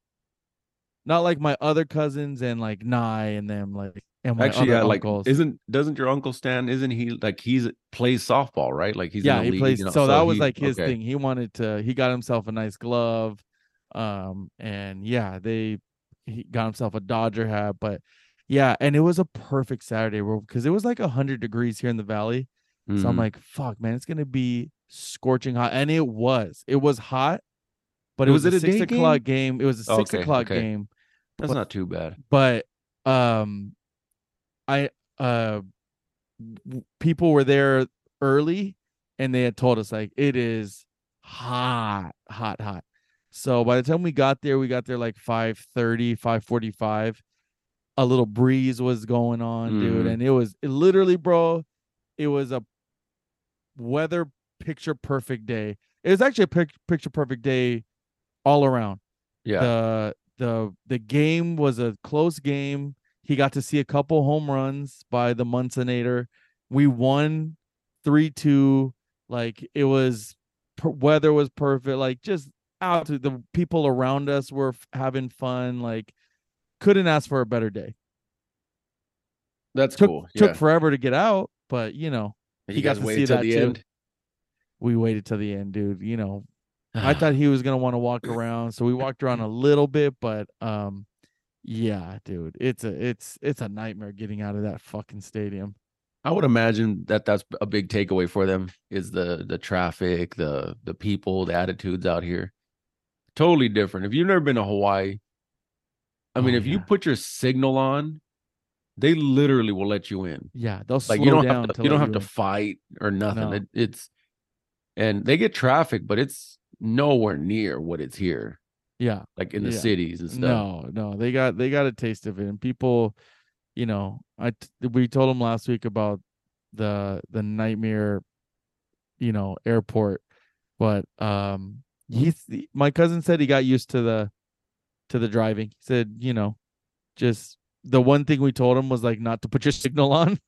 [SPEAKER 2] not like my other cousins and like nye and them like and my
[SPEAKER 1] actually,
[SPEAKER 2] other
[SPEAKER 1] yeah, like
[SPEAKER 2] uncles.
[SPEAKER 1] isn't doesn't your uncle Stan? Isn't he like he's plays softball, right? Like he's in
[SPEAKER 2] yeah
[SPEAKER 1] the
[SPEAKER 2] he
[SPEAKER 1] league,
[SPEAKER 2] plays
[SPEAKER 1] you know,
[SPEAKER 2] so that was
[SPEAKER 1] he-
[SPEAKER 2] like his
[SPEAKER 1] okay.
[SPEAKER 2] thing he wanted to he got himself a nice glove um and yeah they he got himself a dodger hat but yeah and it was a perfect saturday because it was like 100 degrees here in the valley So I'm
[SPEAKER 1] Mhm.
[SPEAKER 2] like, fuck, man, it's gonna be scorching hot. And it was. It was hot, but it was,
[SPEAKER 1] Was it
[SPEAKER 2] a,
[SPEAKER 1] a
[SPEAKER 2] six
[SPEAKER 1] day Oh,
[SPEAKER 2] o'clock game? It was a six
[SPEAKER 1] Okay,
[SPEAKER 2] o'clock
[SPEAKER 1] okay.
[SPEAKER 2] game.
[SPEAKER 1] that's not too bad.
[SPEAKER 2] But um I uh w- people were there early and they had told us like it is hot, hot, hot. So by the time we got there, we got there like 5:30, 5:45. A little breeze was going on, dude,
[SPEAKER 1] Mhm.
[SPEAKER 2] and it was it literally, bro, it was a weather picture perfect day. It was actually a pic- picture perfect day all around.
[SPEAKER 1] Yeah,
[SPEAKER 2] The the the game was a close game. He got to see a couple home runs by the Munsonator. We won 3-2. Like it was per- weather was perfect. Like just out to the people around us were f- having fun. Like couldn't ask for a better day.
[SPEAKER 1] that's
[SPEAKER 2] Took
[SPEAKER 1] cool.
[SPEAKER 2] took
[SPEAKER 1] yeah,
[SPEAKER 2] forever to get out, but you know,
[SPEAKER 1] You
[SPEAKER 2] he got
[SPEAKER 1] guys
[SPEAKER 2] to
[SPEAKER 1] waited
[SPEAKER 2] see
[SPEAKER 1] till
[SPEAKER 2] that
[SPEAKER 1] the
[SPEAKER 2] too.
[SPEAKER 1] end.
[SPEAKER 2] we waited till the end, dude. You know,
[SPEAKER 1] <sighs>
[SPEAKER 2] I
[SPEAKER 1] Uh-huh.
[SPEAKER 2] thought he was gonna want to walk around, so we walked around a little bit, but um, yeah, dude, it's a it's it's a nightmare getting out of that fucking stadium.
[SPEAKER 1] I would imagine that that's a big takeaway for them is the the traffic, the the people, the attitudes out here. Totally different. If you've never been to Hawaii, I mean,
[SPEAKER 2] Oh,
[SPEAKER 1] if you
[SPEAKER 2] yeah.
[SPEAKER 1] put your signal on, they literally will let you in.
[SPEAKER 2] Yeah, they'll
[SPEAKER 1] Like
[SPEAKER 2] slow
[SPEAKER 1] you don't
[SPEAKER 2] down.
[SPEAKER 1] have to,
[SPEAKER 2] to
[SPEAKER 1] you don't
[SPEAKER 2] let
[SPEAKER 1] have to
[SPEAKER 2] in.
[SPEAKER 1] fight or nothing.
[SPEAKER 2] No.
[SPEAKER 1] It, it's and they get traffic, but it's nowhere near what it's here,
[SPEAKER 2] yeah,
[SPEAKER 1] like in the
[SPEAKER 2] Yeah.
[SPEAKER 1] cities and stuff.
[SPEAKER 2] no, no, they got they got a taste of it, and people, you know, I t- we told them last week about the the nightmare, you know, airport, but um, he's my cousin said he got used to the to the driving. He said, you know, just the one thing we told him was like not to put your <laughs> signal on.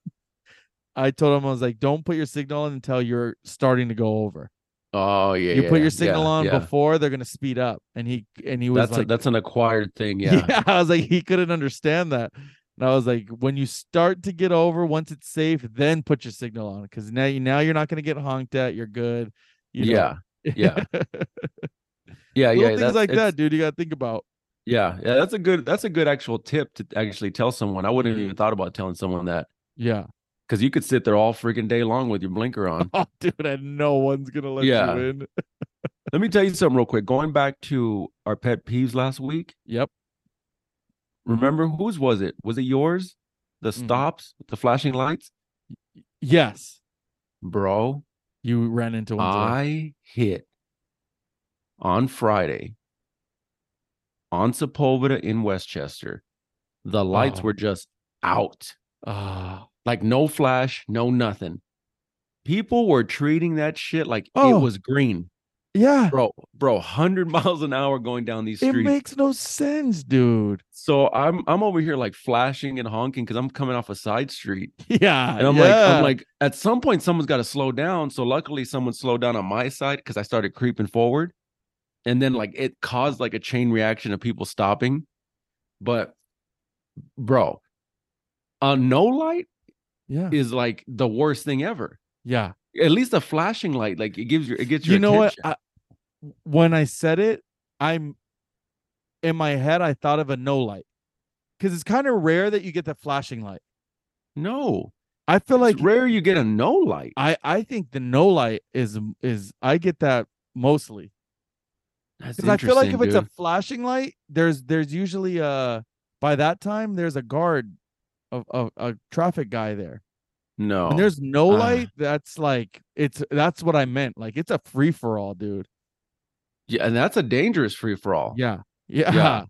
[SPEAKER 2] I told him I was like, don't put your signal on until you're starting to go over.
[SPEAKER 1] Oh yeah,
[SPEAKER 2] you
[SPEAKER 1] yeah,
[SPEAKER 2] put
[SPEAKER 1] yeah,
[SPEAKER 2] your signal
[SPEAKER 1] yeah,
[SPEAKER 2] on
[SPEAKER 1] yeah.
[SPEAKER 2] before they're gonna speed up, and he and he was
[SPEAKER 1] That's
[SPEAKER 2] like,
[SPEAKER 1] a, that's an acquired thing.
[SPEAKER 2] <laughs> yeah.
[SPEAKER 1] Yeah,
[SPEAKER 2] I was like, he couldn't understand that. And I was like, when you start to get over, once it's safe, then put your signal on. Cause now you now you're not gonna get honked at. You're good. You know?
[SPEAKER 1] yeah, yeah,
[SPEAKER 2] <laughs>
[SPEAKER 1] Uh, yeah, yeah.
[SPEAKER 2] Little things
[SPEAKER 1] that's-
[SPEAKER 2] like
[SPEAKER 1] it's-
[SPEAKER 2] that, dude. You gotta think about.
[SPEAKER 1] Yeah, yeah, that's a good that's a good actual tip to actually tell someone. I wouldn't have even thought about telling someone that
[SPEAKER 2] Yeah. <laughs>
[SPEAKER 1] because you could sit there all freaking day long with your blinker on.
[SPEAKER 2] Oh, dude, and no one's gonna let
[SPEAKER 1] Yeah.
[SPEAKER 2] you in.
[SPEAKER 1] Let me tell you something real quick. Going back to our pet peeves last week,
[SPEAKER 2] Yep.
[SPEAKER 1] remember whose was it? Was it yours? The
[SPEAKER 2] Mhm.
[SPEAKER 1] stops, with the flashing lights,
[SPEAKER 2] Yes.
[SPEAKER 1] bro.
[SPEAKER 2] You ran into one. today.
[SPEAKER 1] I hit on Friday on Sepulveda in Westchester The lights
[SPEAKER 2] Oh.
[SPEAKER 1] were just out,
[SPEAKER 2] Ah.
[SPEAKER 1] like no flash, no nothing. People were treating that shit like
[SPEAKER 2] Oh.
[SPEAKER 1] it was green,
[SPEAKER 2] <laughs> yeah.
[SPEAKER 1] bro, bro. Hundred miles an hour going down these
[SPEAKER 2] It
[SPEAKER 1] streets.
[SPEAKER 2] makes no sense, dude. <laughs>
[SPEAKER 1] so I'm I'm over here like flashing and honking because I'm coming off a side street.
[SPEAKER 2] Yeah.
[SPEAKER 1] And I'm like,
[SPEAKER 2] Uh, yeah.
[SPEAKER 1] I'm like, at some point, someone's got to slow down. So luckily, someone slowed down on my side because I started creeping forward, and then like it caused like a chain reaction of people stopping. But, bro, a no light
[SPEAKER 2] yeah.
[SPEAKER 1] is like the worst thing ever.
[SPEAKER 2] Yeah.
[SPEAKER 1] At least a flashing light, like it gives your, it gets your.
[SPEAKER 2] you know
[SPEAKER 1] attention.
[SPEAKER 2] what I, when i said it i'm in my head i thought of a no light because it's kind of rare that you get the flashing light
[SPEAKER 1] No,
[SPEAKER 2] i feel
[SPEAKER 1] like
[SPEAKER 2] like
[SPEAKER 1] rare you get a no light.
[SPEAKER 2] i i think the no light is is i get that mostly
[SPEAKER 1] That's
[SPEAKER 2] because i feel like if
[SPEAKER 1] interesting,
[SPEAKER 2] it's a
[SPEAKER 1] dude.
[SPEAKER 2] flashing light there's there's usually uh by that time there's a guard of a, a traffic guy there
[SPEAKER 1] no,
[SPEAKER 2] and there's no
[SPEAKER 1] Ah.
[SPEAKER 2] light that's like it's that's what i meant like it's a free-for-all dude
[SPEAKER 1] yeah, and that's a dangerous free for all.
[SPEAKER 2] yeah yeah, <laughs>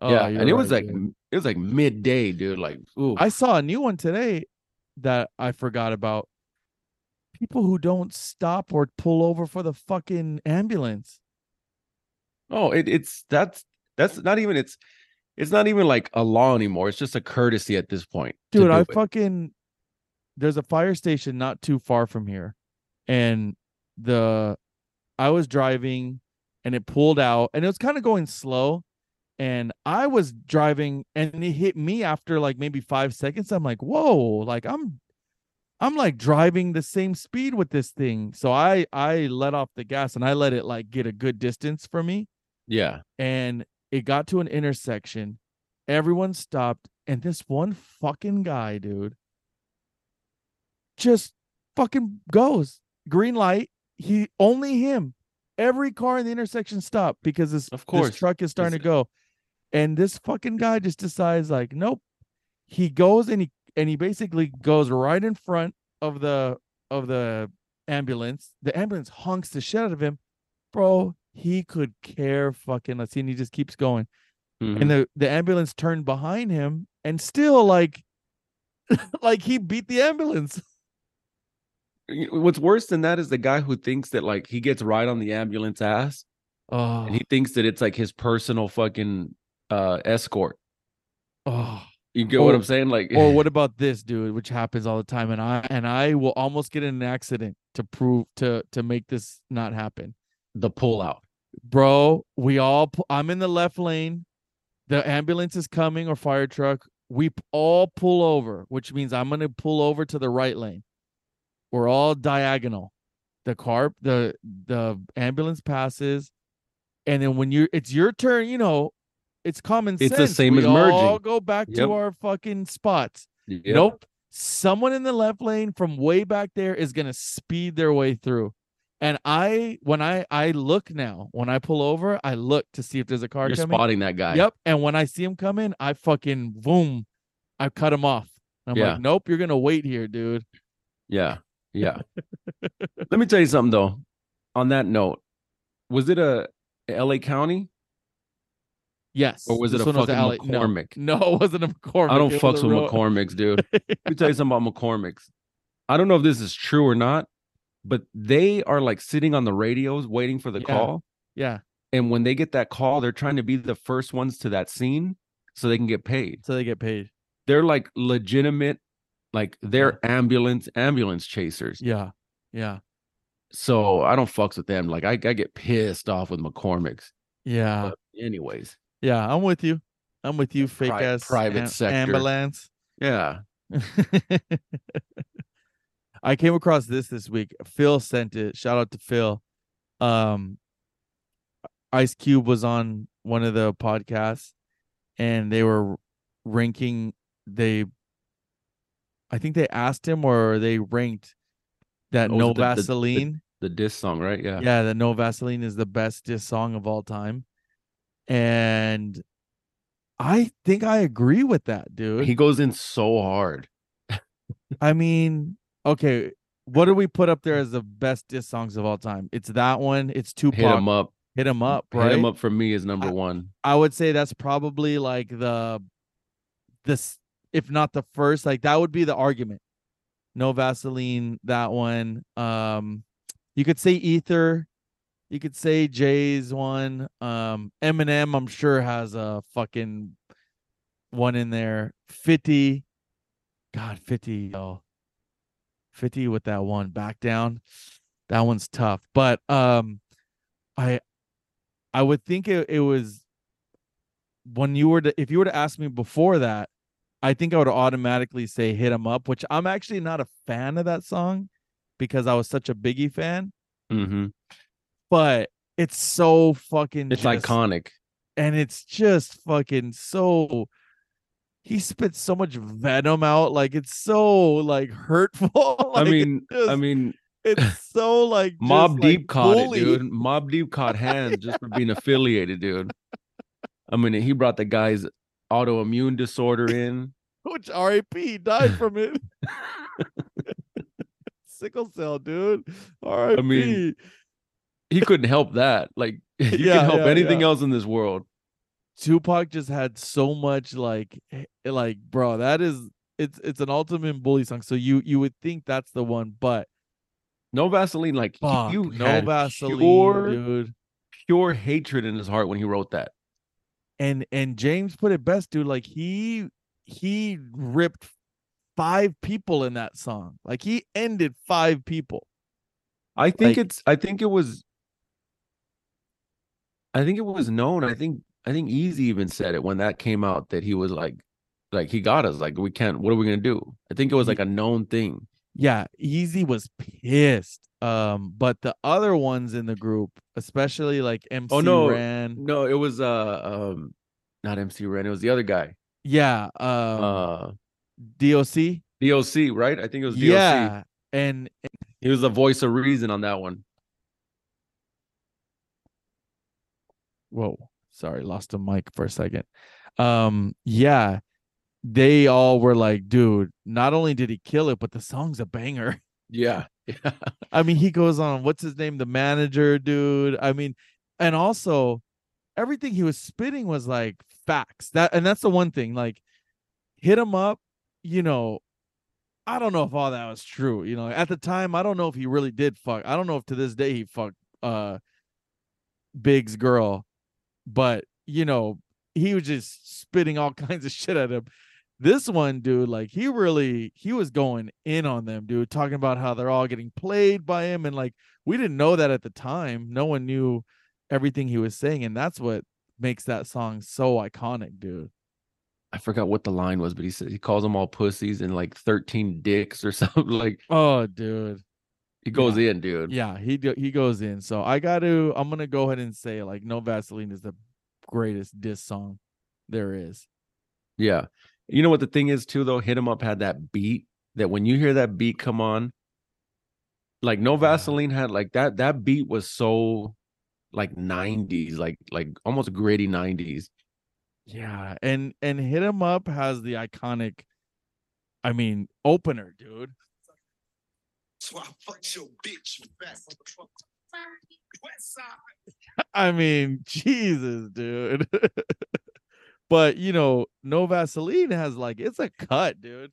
[SPEAKER 2] Oh,
[SPEAKER 1] yeah,
[SPEAKER 2] you're
[SPEAKER 1] and it was
[SPEAKER 2] right,
[SPEAKER 1] like
[SPEAKER 2] dude.
[SPEAKER 1] m- it was like midday, dude. Like, ooh,
[SPEAKER 2] I saw a new one today that I forgot about. People who don't stop or pull over for the fucking ambulance.
[SPEAKER 1] Oh, it, it's that's that's not even it's it's not even like a law anymore. It's just a courtesy at this point. to
[SPEAKER 2] Dude,
[SPEAKER 1] do
[SPEAKER 2] I
[SPEAKER 1] it.
[SPEAKER 2] fucking there's a fire station not too far from here. And the I was driving and it pulled out and it was kind of going slow. And I was driving and it hit me after like maybe five seconds. I'm like, whoa, like I'm I'm like driving the same speed with this thing. So I I let off the gas and I let it like get a good distance from me
[SPEAKER 1] yeah.
[SPEAKER 2] and it got to an intersection. Everyone stopped, and this one fucking guy, dude, just fucking goes green light. He only him. Every car in the intersection stopped because this
[SPEAKER 1] Of
[SPEAKER 2] this
[SPEAKER 1] course.
[SPEAKER 2] truck is starting to
[SPEAKER 1] It's-
[SPEAKER 2] go, and this fucking guy just decides like, nope. He goes and he and he basically goes right in front of the of the ambulance. The ambulance honks the shit out of him. Bro, he could care fucking let's see, and he just keeps going.
[SPEAKER 1] Mhm.
[SPEAKER 2] And the, the ambulance turned behind him and still like <laughs> like he beat the ambulance.
[SPEAKER 1] Y- What's worse than that is the guy who thinks that like he gets right on the ambulance ass
[SPEAKER 2] Oh,
[SPEAKER 1] and he thinks that it's like his personal fucking uh escort.
[SPEAKER 2] oh.
[SPEAKER 1] You get what
[SPEAKER 2] Or-
[SPEAKER 1] I'm saying? Like
[SPEAKER 2] Or what about this dude, which happens all the time, and I and I will almost get in an accident to prove to to make this not happen.
[SPEAKER 1] <laughs> the pullout.
[SPEAKER 2] bro we all pu- i'm in the left lane the ambulance is coming or fire truck we p- all pull over which means i'm going to pull over to the right lane we're all diagonal the car the the ambulance passes and then when you're it's your turn you know it's common
[SPEAKER 1] It's the
[SPEAKER 2] sense
[SPEAKER 1] same
[SPEAKER 2] we
[SPEAKER 1] as merging.
[SPEAKER 2] all go back
[SPEAKER 1] Yep.
[SPEAKER 2] to our fucking spots
[SPEAKER 1] Yep.
[SPEAKER 2] Nope. Someone in the left lane from way back there is gonna speed their way through. And I when I I look now, when I pull over, I look to see if there's a car
[SPEAKER 1] You're
[SPEAKER 2] coming.
[SPEAKER 1] spotting that guy.
[SPEAKER 2] Yep. And when I see him coming, I fucking boom, I cut him off. I'm
[SPEAKER 1] Yeah.
[SPEAKER 2] like, nope, you're gonna wait here, dude.
[SPEAKER 1] Yeah.
[SPEAKER 2] <laughs>
[SPEAKER 1] Yeah. Let me tell you something though. On that note, was it a LA County
[SPEAKER 2] Yes.
[SPEAKER 1] or was it
[SPEAKER 2] This
[SPEAKER 1] a
[SPEAKER 2] one
[SPEAKER 1] fucking
[SPEAKER 2] alley- no.
[SPEAKER 1] McCormick?
[SPEAKER 2] <laughs> No, it wasn't a McCormick.
[SPEAKER 1] I don't
[SPEAKER 2] It was
[SPEAKER 1] fucks
[SPEAKER 2] a
[SPEAKER 1] with
[SPEAKER 2] real-
[SPEAKER 1] McCormick's,
[SPEAKER 2] <laughs>
[SPEAKER 1] dude. Let me tell you something about McCormick's. I don't know if this is true or not, but they are like sitting on the radios waiting for the
[SPEAKER 2] Yeah.
[SPEAKER 1] call.
[SPEAKER 2] Yeah.
[SPEAKER 1] And when they get that call, they're trying to be the first ones to that scene so they can get paid.
[SPEAKER 2] So they get paid.
[SPEAKER 1] They're like legitimate, like they're ambulance ambulance chasers.
[SPEAKER 2] Yeah. Yeah.
[SPEAKER 1] So I don't fucks with them. Like I, I get pissed off with McCormick's.
[SPEAKER 2] Yeah.
[SPEAKER 1] But anyways,
[SPEAKER 2] Yeah. I'm with you. I'm with you, fake
[SPEAKER 1] pri-
[SPEAKER 2] ass
[SPEAKER 1] private
[SPEAKER 2] am-
[SPEAKER 1] sector.
[SPEAKER 2] ambulance.
[SPEAKER 1] yeah,
[SPEAKER 2] <laughs> I came across this this week. Phil sent it. Shout out to Phil. Um, Ice Cube was on one of the podcasts, and they were ranking. They, I think they asked him, or they ranked that
[SPEAKER 1] Oh, was
[SPEAKER 2] No
[SPEAKER 1] it the- the- the-
[SPEAKER 2] Vaseline.
[SPEAKER 1] the diss song, right? Yeah,
[SPEAKER 2] yeah, that No Vaseline is the best diss song of all time, and I think I agree with that, dude.
[SPEAKER 1] he goes in so hard.
[SPEAKER 2] I mean, okay, what do we put up there as the best diss songs of all time? It's that one. It's Tupac.
[SPEAKER 1] Hit him up.
[SPEAKER 2] Hit 'em up,
[SPEAKER 1] Hit
[SPEAKER 2] right?
[SPEAKER 1] him up for me is number one.
[SPEAKER 2] I would say that's probably like the this if not the first like that would be the argument no vaseline that one um you could say ether you could say jay's one um eminem i'm sure has a fucking one in there 50 god 50 yo 50 with that one back down that one's tough but um i i would think it, it was when you were to if you were to ask me before that I think I would automatically say "Hit 'Em Up," which I'm actually not a fan of that song because I was such a Biggie fan.
[SPEAKER 1] Mm-hmm.
[SPEAKER 2] But it's so fucking.
[SPEAKER 1] It's
[SPEAKER 2] just-
[SPEAKER 1] iconic.
[SPEAKER 2] and it's just fucking so. He spits so much venom out, like it's so like hurtful. <laughs>
[SPEAKER 1] I
[SPEAKER 2] Like,
[SPEAKER 1] mean,
[SPEAKER 2] it's just-
[SPEAKER 1] I mean,
[SPEAKER 2] it's
[SPEAKER 1] <laughs>
[SPEAKER 2] so like just,
[SPEAKER 1] Mob
[SPEAKER 2] like,
[SPEAKER 1] Deep caught
[SPEAKER 2] bully.
[SPEAKER 1] it, dude. Mob Deep caught hands just for being affiliated, dude. I mean, he brought the guy's autoimmune disorder in.
[SPEAKER 2] <laughs> Which R.A.P. died from it. <laughs> Sickle cell, dude. R.I.P.
[SPEAKER 1] He couldn't help that. Like, <laughs> you
[SPEAKER 2] Yeah,
[SPEAKER 1] can help
[SPEAKER 2] yeah,
[SPEAKER 1] anything
[SPEAKER 2] yeah.
[SPEAKER 1] else in this world.
[SPEAKER 2] Tupac just had so much like h- like bro, that is it's it's an ultimate bully song. So you you would think that's the one, but
[SPEAKER 1] No Vaseline. Like, he-
[SPEAKER 2] fuck,
[SPEAKER 1] you
[SPEAKER 2] no
[SPEAKER 1] had
[SPEAKER 2] Vaseline,
[SPEAKER 1] pure,
[SPEAKER 2] dude.
[SPEAKER 1] pure hatred in his heart when he wrote that.
[SPEAKER 2] And and James put it best, dude. Like he he ripped five people in that song. Like he ended five people.
[SPEAKER 1] I think
[SPEAKER 2] Like-
[SPEAKER 1] it's I think it was I think it was known. I think I think Easy even said it when that came out that he was like like he got us like we can't what are we going to do? I think it was like a known thing.
[SPEAKER 2] Yeah, Easy was pissed. Um, but the other ones in the group, especially like MC
[SPEAKER 1] no.
[SPEAKER 2] Ran,
[SPEAKER 1] No, it was uh um not MC Ren, it was the other guy.
[SPEAKER 2] yeah, um,
[SPEAKER 1] Uh
[SPEAKER 2] DOC.
[SPEAKER 1] DOC, right? I think it was DOC.
[SPEAKER 2] Yeah, and
[SPEAKER 1] He was the voice of reason on that one.
[SPEAKER 2] whoa, sorry, lost the mic for a second. Um, yeah, they all were like, dude, not only did he kill it, but the song's a banger.
[SPEAKER 1] Yeah. Yeah.
[SPEAKER 2] I mean, he goes on, what's his name? The manager, dude. I mean, and also everything he was spitting was like facts. That and that's the one thing, like hit him up, you know. I don't know if all that was true. You know, at the time, I don't know if he really did fuck. I don't know if to this day he fucked uh Big's girl, but you know, he was just spitting all <laughs> kinds of shit at him this one dude like he really he was going in on them dude talking about how they're all getting played by him and like we didn't know that at the time no one knew everything he was saying and that's what makes that song so iconic dude
[SPEAKER 1] I forgot what the line was, but he said he calls them all pussies and like 13 dicks or <laughs> something. Like
[SPEAKER 2] oh dude
[SPEAKER 1] he goes in, dude.
[SPEAKER 2] yeah he go- he goes in so i got to i'm going to go ahead and say like no vaseline is the greatest diss song there is
[SPEAKER 1] Yeah. You know what the thing is too though? Hit 'em up had that beat that when you hear that beat come on, like no Vaseline had like that that beat was so like 90s, like like almost gritty 90s.
[SPEAKER 2] yeah and and hit him up has the iconic i mean opener dude
[SPEAKER 3] So I fucked your bitch back. West side.
[SPEAKER 2] I mean, <laughs> Jesus, dude. but you know, no Vaseline has like it's a cut, dude.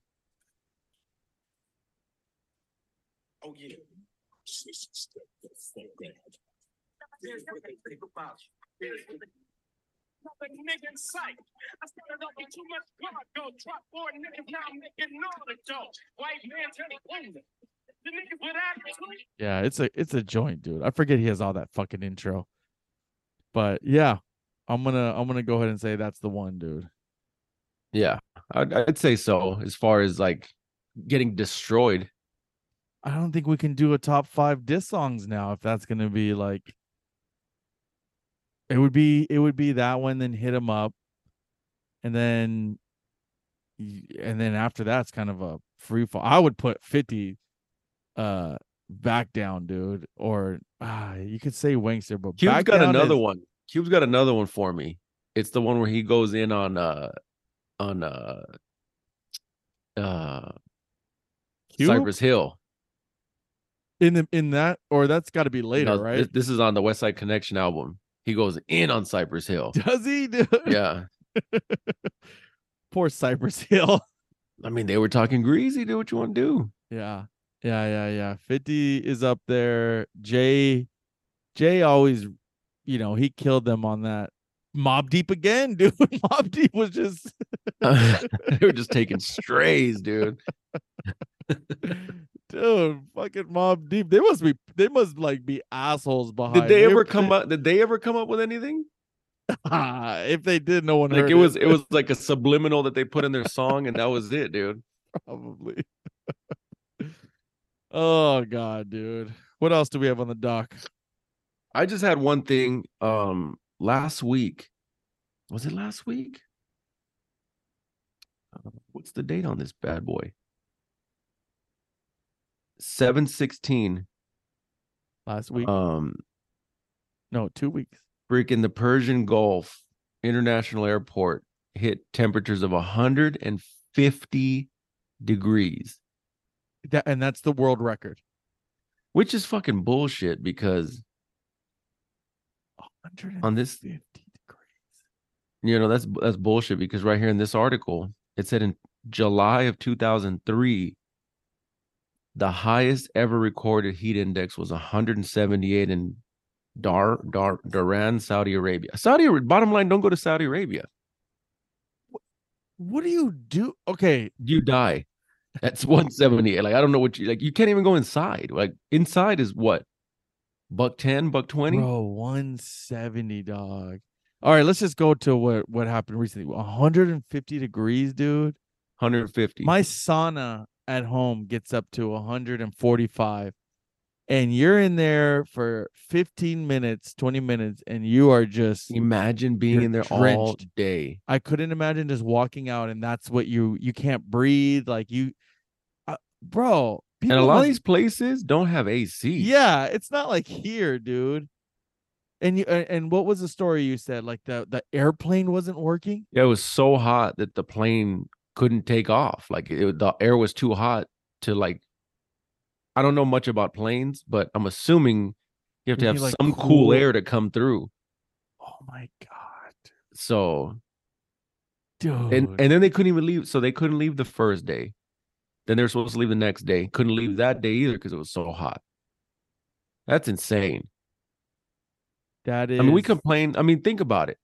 [SPEAKER 3] Oh yeah. Here's what they think about you. Here's what they- Nothing nigga in sight. I started off with too much cargo. Drop four niggas now I'm making all the dough. White man turning woman. The niggas with attitude.
[SPEAKER 2] Yeah, it's a it's a joint, dude. I forget he has all that fucking intro. But yeah, I'm gonna I'm gonna go ahead and say that's the one, dude.
[SPEAKER 1] Yeah. I'd, I'd say so as far as like getting destroyed.
[SPEAKER 2] I don't think we can do a top five diss songs now if that's gonna be like it would be it would be that one, then hit him up, and then y- and then after that's kind of a free fall. I would put fifty uh back down, dude, or ah, you could say Wangster, but
[SPEAKER 1] Cube's
[SPEAKER 2] back
[SPEAKER 1] got
[SPEAKER 2] down
[SPEAKER 1] another
[SPEAKER 2] is-
[SPEAKER 1] one. Cube's got another one for me. It's the one where he goes in on uh on uh uh
[SPEAKER 2] Cube?
[SPEAKER 1] Cypress Hill.
[SPEAKER 2] in the, in that, or that's got to be later,
[SPEAKER 1] No,
[SPEAKER 2] right?
[SPEAKER 1] This, this is on the West Side Connection
[SPEAKER 2] <laughs>
[SPEAKER 1] album. He goes in on Cypress Hill.
[SPEAKER 2] Does he, dude?
[SPEAKER 1] yeah.
[SPEAKER 2] poor Cypress Hill.
[SPEAKER 1] I mean, they were talking greasy. Do what you want to
[SPEAKER 2] <laughs>
[SPEAKER 1] do. <laughs>
[SPEAKER 2] Yeah. Yeah, yeah, yeah. 50 is up there. Jay Jay always, you know, he killed them on that. Mob Deep again, <laughs> dude. Mob Deep
[SPEAKER 1] <laughs>
[SPEAKER 2] was just
[SPEAKER 1] they were just taking strays, dude.
[SPEAKER 2] dude, fucking Mob Deep. They must be they must like be assholes behind.
[SPEAKER 1] Did they ever
[SPEAKER 2] <laughs>
[SPEAKER 1] come up? Did they ever come up with anything?
[SPEAKER 2] up? Ah, if they did, no one
[SPEAKER 1] Like
[SPEAKER 2] heard
[SPEAKER 1] it was, it was like a subliminal that they put in their song, and that was it, dude.
[SPEAKER 2] <laughs> probably. <laughs> oh god, dude. What else do we have on the dock?
[SPEAKER 1] I just had one thing. Um, last week, was it last week? Uh, What's the date on this bad boy? Seven sixteen.
[SPEAKER 2] Last week?
[SPEAKER 1] Um,
[SPEAKER 2] Uh, no, two weeks.
[SPEAKER 1] freaking the Persian Gulf International Airport hit temperatures of 150 degrees,
[SPEAKER 2] That and that's the world record.
[SPEAKER 1] which is fucking bullshit because on this,
[SPEAKER 2] 150 degrees.
[SPEAKER 1] you know, that's that's bullshit because right here in this article, it said in July of 2003 the highest ever recorded heat index was 178 in Dar Dar Duran, Saudi Arabia. Saudi Ar- bottom line, don't go to Saudi Arabia.
[SPEAKER 2] What do you do? Okay,
[SPEAKER 1] you die. That's <laughs> 178. Like I don't know what you like. You can't even go inside. Like inside is what? Buck 10, buck 20?
[SPEAKER 2] bro, 170 dog. All right, let's just go to what what happened recently. 150 degrees, dude.
[SPEAKER 1] 150.
[SPEAKER 2] My sauna at home gets up to 145 and you're in there for 15 minutes, 20 minutes and you are just
[SPEAKER 1] Imagine being
[SPEAKER 2] You're
[SPEAKER 1] in there all
[SPEAKER 2] drenched.
[SPEAKER 1] day.
[SPEAKER 2] I couldn't imagine just walking out and that's what you you can't breathe like you uh, bro,
[SPEAKER 1] And
[SPEAKER 2] people
[SPEAKER 1] a lot of
[SPEAKER 2] must
[SPEAKER 1] these places don't have AC.
[SPEAKER 2] Yeah, it's not like here, dude. And you a- and what was the story you said? Like the the airplane wasn't working.
[SPEAKER 1] It was so hot that the plane couldn't take off. Like it, the air was too hot to like I don't know much about planes, but I'm assuming you have to
[SPEAKER 2] You
[SPEAKER 1] have
[SPEAKER 2] need, like,
[SPEAKER 1] some cool,
[SPEAKER 2] cool-
[SPEAKER 1] air to come through.
[SPEAKER 2] Oh my god,
[SPEAKER 1] So
[SPEAKER 2] dude!
[SPEAKER 1] and and then they couldn't even leave so they couldn't leave the first day then they're supposed to leave the next day couldn't leave that day either because it was so hot that's insane
[SPEAKER 2] that is.
[SPEAKER 1] i mean we complained i mean think about it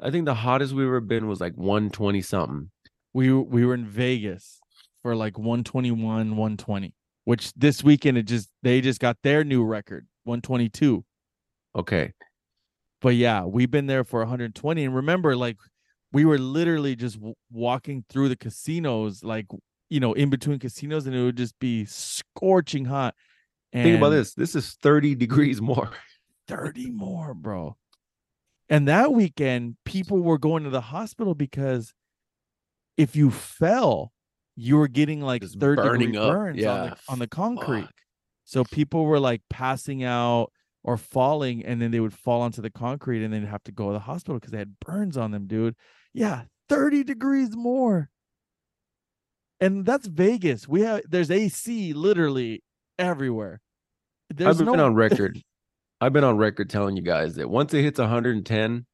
[SPEAKER 1] i think the hottest we've ever been was like 120 something
[SPEAKER 2] we were- we were in Vegas for like 121, 120. Which this weekend it just they just got their new record, 122.
[SPEAKER 1] okay
[SPEAKER 2] But yeah, we've been there for 120. And remember, like we were literally just w- walking through the casinos, like you know, in between casinos, and it would just be scorching hot. And
[SPEAKER 1] think about this this is 30 <laughs> degrees more
[SPEAKER 2] 30 more, bro. And that weekend, people were going to the hospital because if you fell, you were getting like
[SPEAKER 1] Just
[SPEAKER 2] third
[SPEAKER 1] burning
[SPEAKER 2] degree
[SPEAKER 1] up.
[SPEAKER 2] burns on,
[SPEAKER 1] Yeah.
[SPEAKER 2] the, on the concrete.
[SPEAKER 1] Fuck.
[SPEAKER 2] So people were like passing out or falling, and then they would fall onto the concrete and then have to go to the hospital because they had burns on them, dude. Yeah, 30 degrees more. And that's Vegas. We have there's AC literally everywhere. There's
[SPEAKER 1] i've been
[SPEAKER 2] no
[SPEAKER 1] on
[SPEAKER 2] <laughs>
[SPEAKER 1] record i've been on record telling you guys that once it hits 110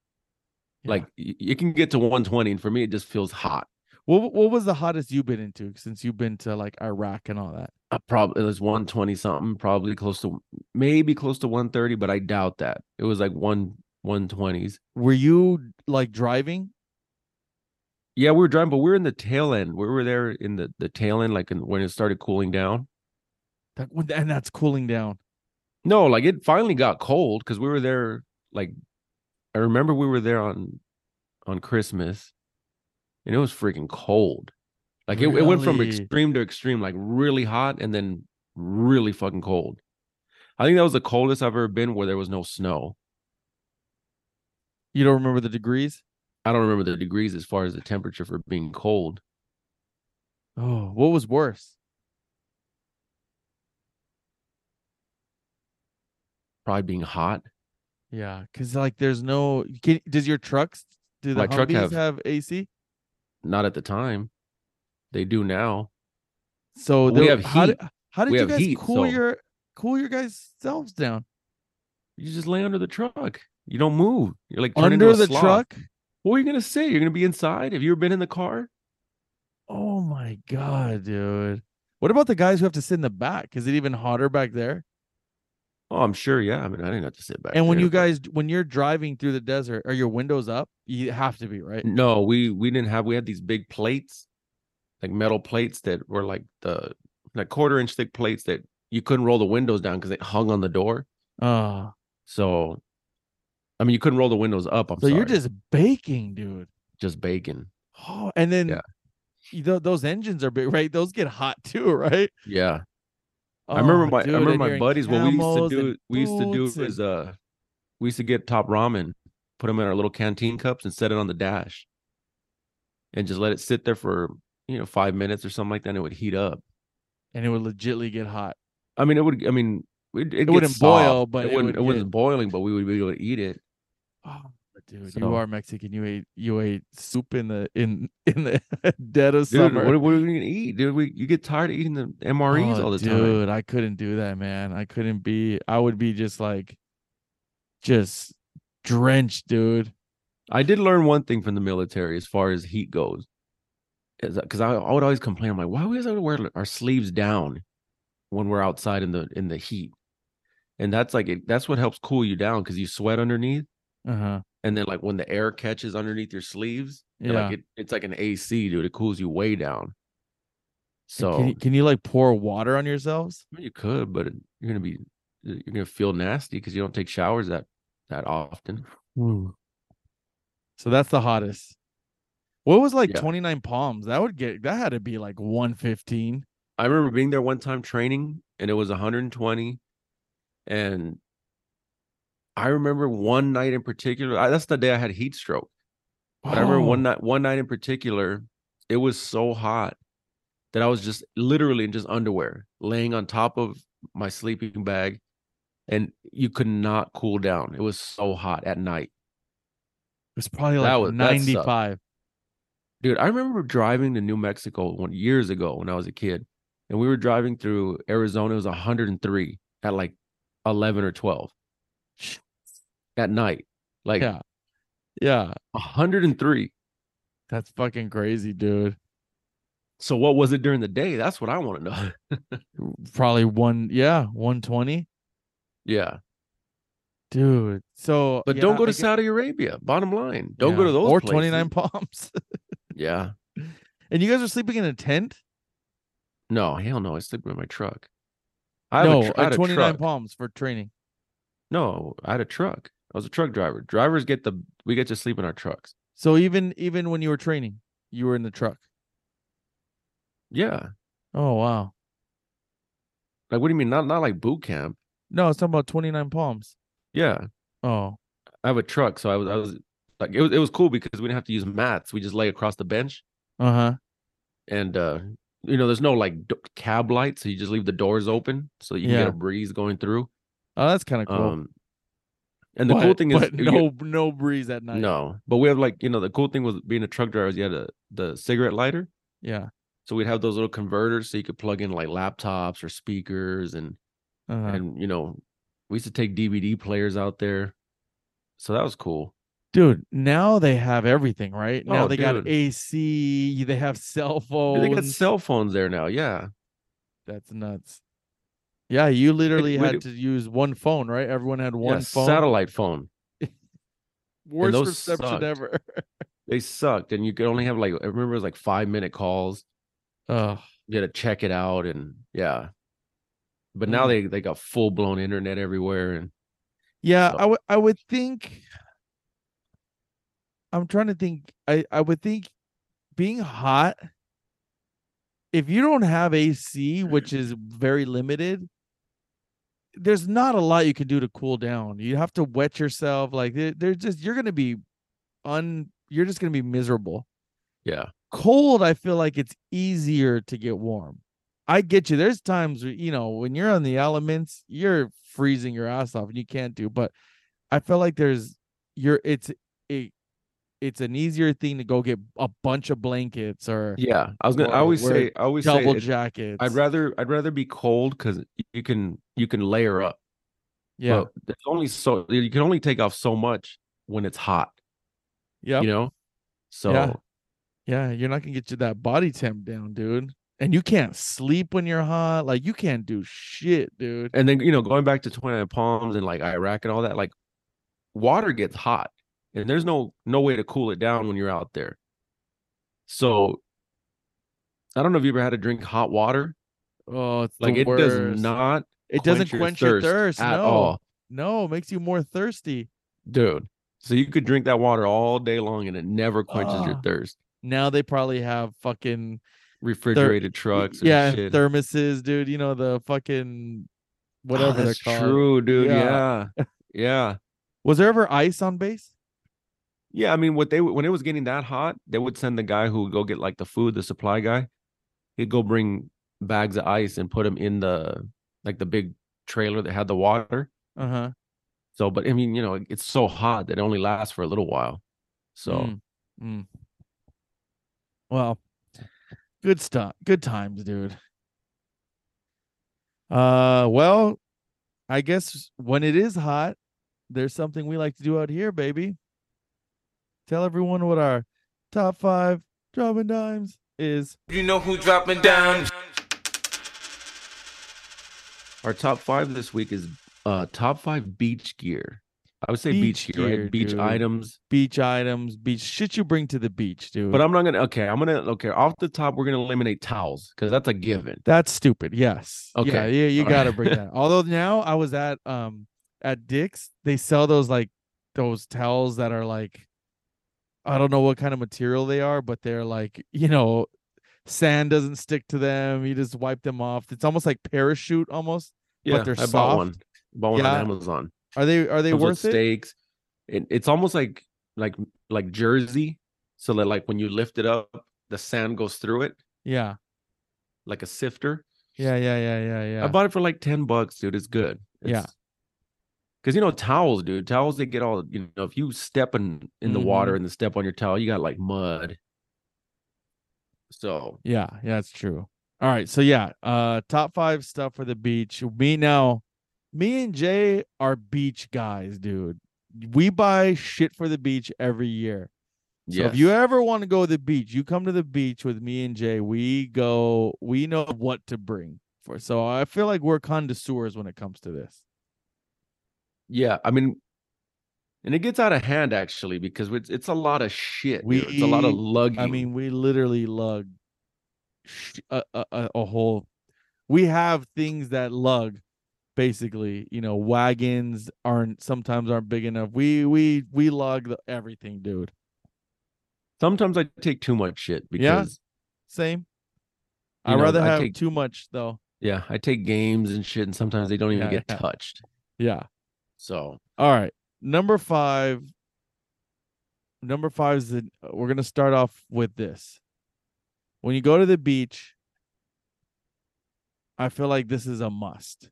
[SPEAKER 2] Yeah.
[SPEAKER 1] like y- you can get to 120 and for me it just feels hot
[SPEAKER 2] What what was the hottest you've been into since you've been to like Iraq and all that?
[SPEAKER 1] I probably uh, it was 120 something, probably close to maybe close to 130, but I doubt that. It was like one 120s.
[SPEAKER 2] Were you like driving?
[SPEAKER 1] Yeah, we were driving, but we were in the tail end. We were there in the the tail end, like in, when it started cooling down.
[SPEAKER 2] That, when- and that's cooling down.
[SPEAKER 1] No, like it finally got cold because we were there. Like I remember we were there on on Christmas, and it was freaking cold. Like it, it went from
[SPEAKER 2] Really?
[SPEAKER 1] extreme to extreme, like really hot and then really fucking cold. I think that was the coldest I've ever been where there was no snow.
[SPEAKER 2] You don't remember the degrees?
[SPEAKER 1] I don't remember the degrees as far as the temperature for being cold.
[SPEAKER 2] Oh, what was worse?
[SPEAKER 1] Probably being hot.
[SPEAKER 2] Yeah, because like there's no. Can, does your trucks do the
[SPEAKER 1] My truck
[SPEAKER 2] Humvees
[SPEAKER 1] have-
[SPEAKER 2] AC?
[SPEAKER 1] Not at the time. They do now.
[SPEAKER 2] So
[SPEAKER 1] We
[SPEAKER 2] there-
[SPEAKER 1] have
[SPEAKER 2] how
[SPEAKER 1] heat.
[SPEAKER 2] did, how did
[SPEAKER 1] We
[SPEAKER 2] you
[SPEAKER 1] have
[SPEAKER 2] guys
[SPEAKER 1] heat,
[SPEAKER 2] cool
[SPEAKER 1] so-
[SPEAKER 2] your cool your guys selves down
[SPEAKER 1] You just lay under the truck. You don't move. You're like turned into
[SPEAKER 2] under
[SPEAKER 1] a
[SPEAKER 2] the
[SPEAKER 1] sloth.
[SPEAKER 2] truck?
[SPEAKER 1] What are you gonna say? You're gonna be inside. Have you ever been in the car?
[SPEAKER 2] Oh my god, dude. What about the guys who have to sit in the back? Is it even hotter back there?
[SPEAKER 1] Oh, I'm sure. Yeah. I mean, I didn't have to sit back.
[SPEAKER 2] And when
[SPEAKER 1] there,
[SPEAKER 2] you
[SPEAKER 1] but-
[SPEAKER 2] guys when you're driving through the desert, are your windows up? You have to be, right?
[SPEAKER 1] No, we we didn't have. We had these big plates, like metal plates that were like the like quarter inch thick plates that you couldn't roll the windows down because it hung on the door.
[SPEAKER 2] Oh.
[SPEAKER 1] So, I mean, you couldn't roll the windows up. I'm
[SPEAKER 2] So you're
[SPEAKER 1] sorry.
[SPEAKER 2] just baking, dude.
[SPEAKER 1] just baking.
[SPEAKER 2] Oh, and then
[SPEAKER 1] Yeah.
[SPEAKER 2] you know, those engines are big, right? Those get hot too, right?
[SPEAKER 1] Yeah, <laughs> I remember
[SPEAKER 2] Oh,
[SPEAKER 1] my
[SPEAKER 2] dude,
[SPEAKER 1] I remember
[SPEAKER 2] and you're
[SPEAKER 1] my
[SPEAKER 2] in
[SPEAKER 1] buddies. What we used to
[SPEAKER 2] camos
[SPEAKER 1] do,
[SPEAKER 2] and
[SPEAKER 1] we used to
[SPEAKER 2] boots
[SPEAKER 1] do
[SPEAKER 2] and-
[SPEAKER 1] is uh, we used to get top ramen, put them in our little canteen cups, and set it on the dash, and just let it sit there for you know five minutes or something like that. And it would heat up. uh
[SPEAKER 2] and it would legitly get hot.
[SPEAKER 1] I mean, it would. I mean, it, it,
[SPEAKER 2] wouldn't
[SPEAKER 1] gets
[SPEAKER 2] boil,
[SPEAKER 1] soft.
[SPEAKER 2] but
[SPEAKER 1] it
[SPEAKER 2] it
[SPEAKER 1] wouldn't.
[SPEAKER 2] would
[SPEAKER 1] it wasn't boiling, but we would be able to eat it.
[SPEAKER 2] Oh, dude, you
[SPEAKER 1] So-
[SPEAKER 2] are Mexican. You ate you ate soup in the in <laughs> in the dead of
[SPEAKER 1] Dude,
[SPEAKER 2] summer.
[SPEAKER 1] what, what are we gonna eat, dude? We you get tired of eating the MREs
[SPEAKER 2] Oh,
[SPEAKER 1] all the time.
[SPEAKER 2] Dude, I couldn't do that, man. I couldn't be. I would be just like, just drenched, dude.
[SPEAKER 1] I did learn one thing from the military as far as heat goes, because I, I would always complain. I'm like, why we always have to wear our sleeves down when we're outside in the in the heat, and that's like it, that's what helps cool you down because you sweat underneath,
[SPEAKER 2] Uh huh.
[SPEAKER 1] and then like when the air catches underneath your sleeves,
[SPEAKER 2] Yeah.
[SPEAKER 1] and, like it, it's like an AC, dude. It cools you way down.
[SPEAKER 2] And
[SPEAKER 1] So
[SPEAKER 2] can you, can you like pour water on yourselves?
[SPEAKER 1] I mean, you could, but it- you're gonna be you're gonna feel nasty because you don't take showers that that often.
[SPEAKER 2] Hmm. So that's the hottest. What was like
[SPEAKER 1] Yeah.
[SPEAKER 2] 29 palms? That would get that had to be like 115.
[SPEAKER 1] I remember being there one time training, and it was 120, and I remember one night in particular. I, that's the day I had heat stroke. But I remember one
[SPEAKER 2] Whoa.
[SPEAKER 1] night, one night in particular, it was so hot that I was just literally in just underwear, laying on top of my sleeping bag, and you could not cool down. It was so hot at night.
[SPEAKER 2] It's probably
[SPEAKER 1] That
[SPEAKER 2] like
[SPEAKER 1] was- that sucked.
[SPEAKER 2] 95.
[SPEAKER 1] Dude, I remember driving to New Mexico one years ago when I was a kid, and we were driving through Arizona. It was 103 at like 11 or 12 <sniffs> at night, like
[SPEAKER 2] Yeah. Yeah.
[SPEAKER 1] 103.
[SPEAKER 2] That's fucking crazy, dude.
[SPEAKER 1] So what was it during the day? That's what I want to know. <laughs>
[SPEAKER 2] Probably one, yeah, 120.
[SPEAKER 1] yeah,
[SPEAKER 2] Dude. So
[SPEAKER 1] but
[SPEAKER 2] yeah,
[SPEAKER 1] don't go
[SPEAKER 2] I
[SPEAKER 1] to
[SPEAKER 2] get-
[SPEAKER 1] Saudi Arabia. Bottom line, don't go
[SPEAKER 2] yeah,
[SPEAKER 1] to those
[SPEAKER 2] or
[SPEAKER 1] places.
[SPEAKER 2] 29 palms.
[SPEAKER 1] <laughs> Yeah,
[SPEAKER 2] and you guys are sleeping in a tent?
[SPEAKER 1] no, hell no. I sleep in my truck. I have
[SPEAKER 2] no,
[SPEAKER 1] a, tr- I
[SPEAKER 2] at
[SPEAKER 1] had a
[SPEAKER 2] 29
[SPEAKER 1] truck.
[SPEAKER 2] palms for training.
[SPEAKER 1] No, I had a truck. I was a truck driver. Drivers get the we get to sleep in our trucks.
[SPEAKER 2] So even even when you were training, you were in the truck.
[SPEAKER 1] Yeah,
[SPEAKER 2] Oh wow.
[SPEAKER 1] like what do you mean? Not not like boot camp.
[SPEAKER 2] No, it's talking about 29 palms.
[SPEAKER 1] Yeah,
[SPEAKER 2] Oh.
[SPEAKER 1] I have a truck, so I was I was like it was it was cool because we didn't have to use mats. We just lay across the bench,
[SPEAKER 2] Uh-huh.
[SPEAKER 1] and uh, you know, there's no like d- cab light, so you just leave the doors open so you can get
[SPEAKER 2] Yeah.
[SPEAKER 1] a breeze going through.
[SPEAKER 2] Oh, that's kind of cool.
[SPEAKER 1] Um, and the cool
[SPEAKER 2] But-
[SPEAKER 1] thing is
[SPEAKER 2] but
[SPEAKER 1] you- <laughs>
[SPEAKER 2] no no breeze at night.
[SPEAKER 1] no, but we have like you know the cool thing was being a truck driver is you had a the cigarette lighter,
[SPEAKER 2] Yeah.
[SPEAKER 1] so we'd have those little converters so you could plug in like laptops or speakers and
[SPEAKER 2] Uh-huh.
[SPEAKER 1] and you know we used to take DVD players out there, so that was cool.
[SPEAKER 2] Dude, now they have everything, right? Now
[SPEAKER 1] Oh,
[SPEAKER 2] they
[SPEAKER 1] dude.
[SPEAKER 2] got AC, they have cell phones.
[SPEAKER 1] They got cell phones there now, yeah.
[SPEAKER 2] That's nuts. Yeah, you literally
[SPEAKER 1] we
[SPEAKER 2] had
[SPEAKER 1] do-
[SPEAKER 2] to use one phone, right? Everyone had
[SPEAKER 1] Yeah,
[SPEAKER 2] one phone.
[SPEAKER 1] satellite phone.
[SPEAKER 2] Worst
[SPEAKER 1] those
[SPEAKER 2] reception
[SPEAKER 1] sucked.
[SPEAKER 2] ever.
[SPEAKER 1] They sucked, and you could only have like I remember it was like five minute calls.
[SPEAKER 2] Ugh.
[SPEAKER 1] You had to check it out, and yeah. But now
[SPEAKER 2] Mm.
[SPEAKER 1] they they got full blown internet everywhere, and
[SPEAKER 2] Yeah,
[SPEAKER 1] So-
[SPEAKER 2] I would I would think I'm trying to think I I would think being hot if you don't have AC, which is very limited, there's not a lot you can do to cool down. You have to wet yourself like there- there's just you're going to be un you're just going to be miserable.
[SPEAKER 1] yeah,
[SPEAKER 2] Cold, I feel like it's easier to get warm. I get you. There's times where, you know when you're on the elements, you're freezing your ass off and you can't do. But I feel like there's you're it's a it's an easier thing to go get a bunch of blankets or
[SPEAKER 1] yeah. I was gonna. I
[SPEAKER 2] Or
[SPEAKER 1] always
[SPEAKER 2] wear
[SPEAKER 1] say. I always say.
[SPEAKER 2] double
[SPEAKER 1] it-
[SPEAKER 2] jackets.
[SPEAKER 1] I'd rather. I'd rather be cold because you can. You can layer up.
[SPEAKER 2] yeah
[SPEAKER 1] but there's only so you can only take off so much when it's hot.
[SPEAKER 2] yeah
[SPEAKER 1] You know. So.
[SPEAKER 2] Yeah, you're not gonna get you that body temp down, dude. And you can't sleep when you're hot. Like you can't do shit, dude.
[SPEAKER 1] And then you know, going back to Twenty Nine Palms and like Iraq and all that, like water gets hot, and there's no no way to cool it down when you're out there. So I don't know if you ever had to drink hot water.
[SPEAKER 2] Oh, it's the
[SPEAKER 1] Like it does
[SPEAKER 2] worst.
[SPEAKER 1] not.
[SPEAKER 2] It doesn't
[SPEAKER 1] quench
[SPEAKER 2] quench
[SPEAKER 1] your
[SPEAKER 2] your thirst,
[SPEAKER 1] at
[SPEAKER 2] no.
[SPEAKER 1] all.
[SPEAKER 2] No, it makes you more thirsty.
[SPEAKER 1] dude. So you could drink that water all day long and it never quenches your
[SPEAKER 2] Ah.
[SPEAKER 1] thirst.
[SPEAKER 2] Now they probably have fucking
[SPEAKER 1] Refrigerated trucks, and
[SPEAKER 2] yeah
[SPEAKER 1] shit.
[SPEAKER 2] thermoses, dude. You know the
[SPEAKER 1] Ah,
[SPEAKER 2] fucking whatever
[SPEAKER 1] that's
[SPEAKER 2] they're called.
[SPEAKER 1] true, dude. Yeah.
[SPEAKER 2] Yeah.
[SPEAKER 1] yeah, yeah,
[SPEAKER 2] Was there ever ice on base?
[SPEAKER 1] I mean, what they would- when it was getting that hot, they would send the guy who would go get like the food, the supply guy. He'd go bring bags of ice and put them in the like the big trailer that had the water.
[SPEAKER 2] Uh
[SPEAKER 1] Uh-huh,
[SPEAKER 2] huh.
[SPEAKER 1] So, but I mean, you know, it- it's so hot that it only lasts for a little while. So,
[SPEAKER 2] Hmm,
[SPEAKER 4] Mm.
[SPEAKER 2] Well, good stuff. Good times, dude. Uh, well, I guess when it is hot, there's something we like to do out here, baby. Tell everyone what our top five drumming dimes is.
[SPEAKER 4] You know who dropping down?
[SPEAKER 1] our top five this week is uh top five beach gear. I would say beach,
[SPEAKER 2] Beach
[SPEAKER 1] gear, right?
[SPEAKER 2] gear,
[SPEAKER 1] beach
[SPEAKER 2] dude.
[SPEAKER 1] items.
[SPEAKER 2] Beach items, beach shit you bring to the beach, dude.
[SPEAKER 1] But I'm not gonna. Okay, I'm gonna. Okay, off the top, we're gonna eliminate towels because that's a given.
[SPEAKER 2] That's stupid. Yes. Yeah,
[SPEAKER 1] Okay.
[SPEAKER 2] yeah you
[SPEAKER 1] All
[SPEAKER 2] gotta
[SPEAKER 1] right.
[SPEAKER 2] bring
[SPEAKER 1] <laughs>
[SPEAKER 2] that. Although now I was at um at Dick's, they sell those like those towels that are like I don't know what kind of material they are, but they're like, you know, sand doesn't stick to them. You just wipe them off. It's almost like parachute almost.
[SPEAKER 1] Yeah,
[SPEAKER 2] they're
[SPEAKER 1] I bought
[SPEAKER 2] soft.
[SPEAKER 1] one. Bought one on
[SPEAKER 2] Yeah.
[SPEAKER 1] Amazon.
[SPEAKER 2] Are they are they
[SPEAKER 1] Comes with
[SPEAKER 2] worth it?
[SPEAKER 1] steaks. It, it's almost like like like jersey, so that like when you lift it up, the sand goes through it
[SPEAKER 2] Yeah.
[SPEAKER 1] like a sifter.
[SPEAKER 2] Yeah, yeah, yeah, yeah, yeah.
[SPEAKER 1] I bought it for like ten bucks, dude. It's good.
[SPEAKER 2] Yeah.
[SPEAKER 1] Because you know towels, dude. Towels they get all you know. If you step in in the water
[SPEAKER 2] Mhm.
[SPEAKER 1] and the step on your towel, you got like mud. So
[SPEAKER 2] Yeah, yeah, that's true. All right, so yeah, uh top 5 stuff for the beach. Me now, me and Jay are beach guys, dude. We buy shit for the beach every year. So
[SPEAKER 1] yeah,
[SPEAKER 2] if you ever want to go to the beach, you come to the beach with me and Jay. We go, we know what to bring for. So I feel like we're connoisseurs when it comes to this.
[SPEAKER 1] Yeah, I mean, and it gets out of hand actually because it's it's a lot of shit. dude. it's a lot of
[SPEAKER 2] We-
[SPEAKER 1] luggage.
[SPEAKER 2] I mean, we literally lug sh- a, a, a a whole. We have things that lug, basically. You know, wagons aren't sometimes aren't big enough. We we we lug the, everything, dude.
[SPEAKER 1] sometimes I take too much shit
[SPEAKER 2] Yeah.
[SPEAKER 1] because
[SPEAKER 2] Same.
[SPEAKER 1] You
[SPEAKER 2] I'd
[SPEAKER 1] know,
[SPEAKER 2] rather
[SPEAKER 1] I
[SPEAKER 2] have
[SPEAKER 1] take-
[SPEAKER 2] too much though.
[SPEAKER 1] yeah, I take games and shit, and sometimes they don't even
[SPEAKER 2] Yeah,
[SPEAKER 1] get
[SPEAKER 2] yeah.
[SPEAKER 1] touched.
[SPEAKER 2] Yeah.
[SPEAKER 1] So
[SPEAKER 2] All right. Number five. Number five is the, we're gonna start off with this. When you go to the beach, I feel like this is a must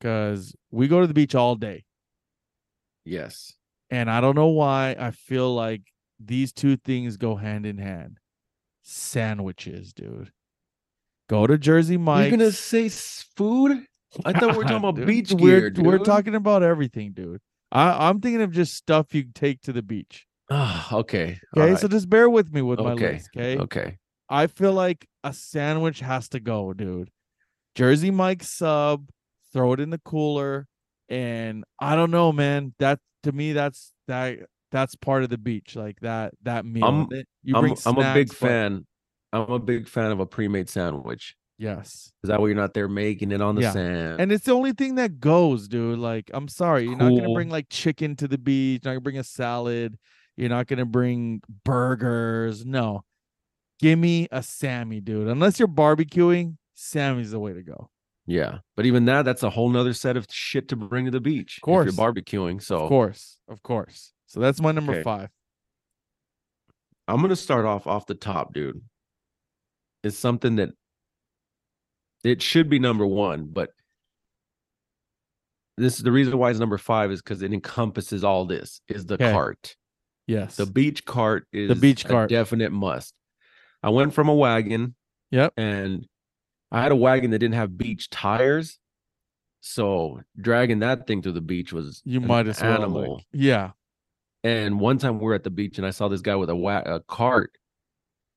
[SPEAKER 2] because we go to the beach all day,
[SPEAKER 1] yes,
[SPEAKER 2] and I don't know why I feel like these two things go hand in hand. Sandwiches, dude. Go to Jersey Mike's.
[SPEAKER 1] you're gonna say s- food? I thought
[SPEAKER 2] <laughs>
[SPEAKER 1] we were <laughs> talking about
[SPEAKER 2] Dude,
[SPEAKER 1] beach
[SPEAKER 2] we're,
[SPEAKER 1] gear.
[SPEAKER 2] We're
[SPEAKER 1] dude.
[SPEAKER 2] talking about everything, dude. I, I'm thinking of just stuff you take to the beach.
[SPEAKER 1] Ah, <sighs> okay. all
[SPEAKER 2] Okay,
[SPEAKER 1] right,
[SPEAKER 2] so just bear with me with my
[SPEAKER 1] Okay,
[SPEAKER 2] list. Okay?
[SPEAKER 1] okay.
[SPEAKER 2] I feel like a sandwich has to go, dude. Jersey Mike's sub, throw it in the cooler, and I don't know, man. That to me, that's that that's part of the beach, like that that meal.
[SPEAKER 1] I'm-
[SPEAKER 2] That- you
[SPEAKER 1] I'm
[SPEAKER 2] bring
[SPEAKER 1] I'm a big
[SPEAKER 2] snacks, but-
[SPEAKER 1] fan. I'm a big fan of a pre-made sandwich.
[SPEAKER 2] Yes,
[SPEAKER 1] Is that way you're not there making it on the
[SPEAKER 2] Yeah,
[SPEAKER 1] sand?
[SPEAKER 2] and it's the only thing that goes, dude. Like, I'm sorry, you're not gonna
[SPEAKER 1] Cool.
[SPEAKER 2] bring like chicken to the beach. You're not gonna bring a salad. You're not gonna bring burgers. No, give me a Sammy, dude. Unless you're barbecuing, Sammy's the way to go.
[SPEAKER 1] Yeah. But even that, that's a whole nother set of shit to bring to the beach. If
[SPEAKER 2] course.
[SPEAKER 1] you're barbecuing.
[SPEAKER 2] Of
[SPEAKER 1] So
[SPEAKER 2] course, of course. So that's my number
[SPEAKER 1] Oh. Okay.
[SPEAKER 2] five.
[SPEAKER 1] I'm going to start off off the top, dude. It's something that it should be number one, but this is the reason why it's number five is because it encompasses all this is the
[SPEAKER 2] Okay.
[SPEAKER 1] cart.
[SPEAKER 2] Yes.
[SPEAKER 1] The beach cart is
[SPEAKER 2] beach
[SPEAKER 1] a
[SPEAKER 2] cart.
[SPEAKER 1] definite must. I went from a wagon.
[SPEAKER 2] Yep.
[SPEAKER 1] And I had a wagon that didn't have beach tires. So dragging that thing through the beach was
[SPEAKER 2] you
[SPEAKER 1] an
[SPEAKER 2] might as well. like-
[SPEAKER 1] animal.
[SPEAKER 2] yeah.
[SPEAKER 1] And one time we were at the beach and I saw this guy with a wa- a cart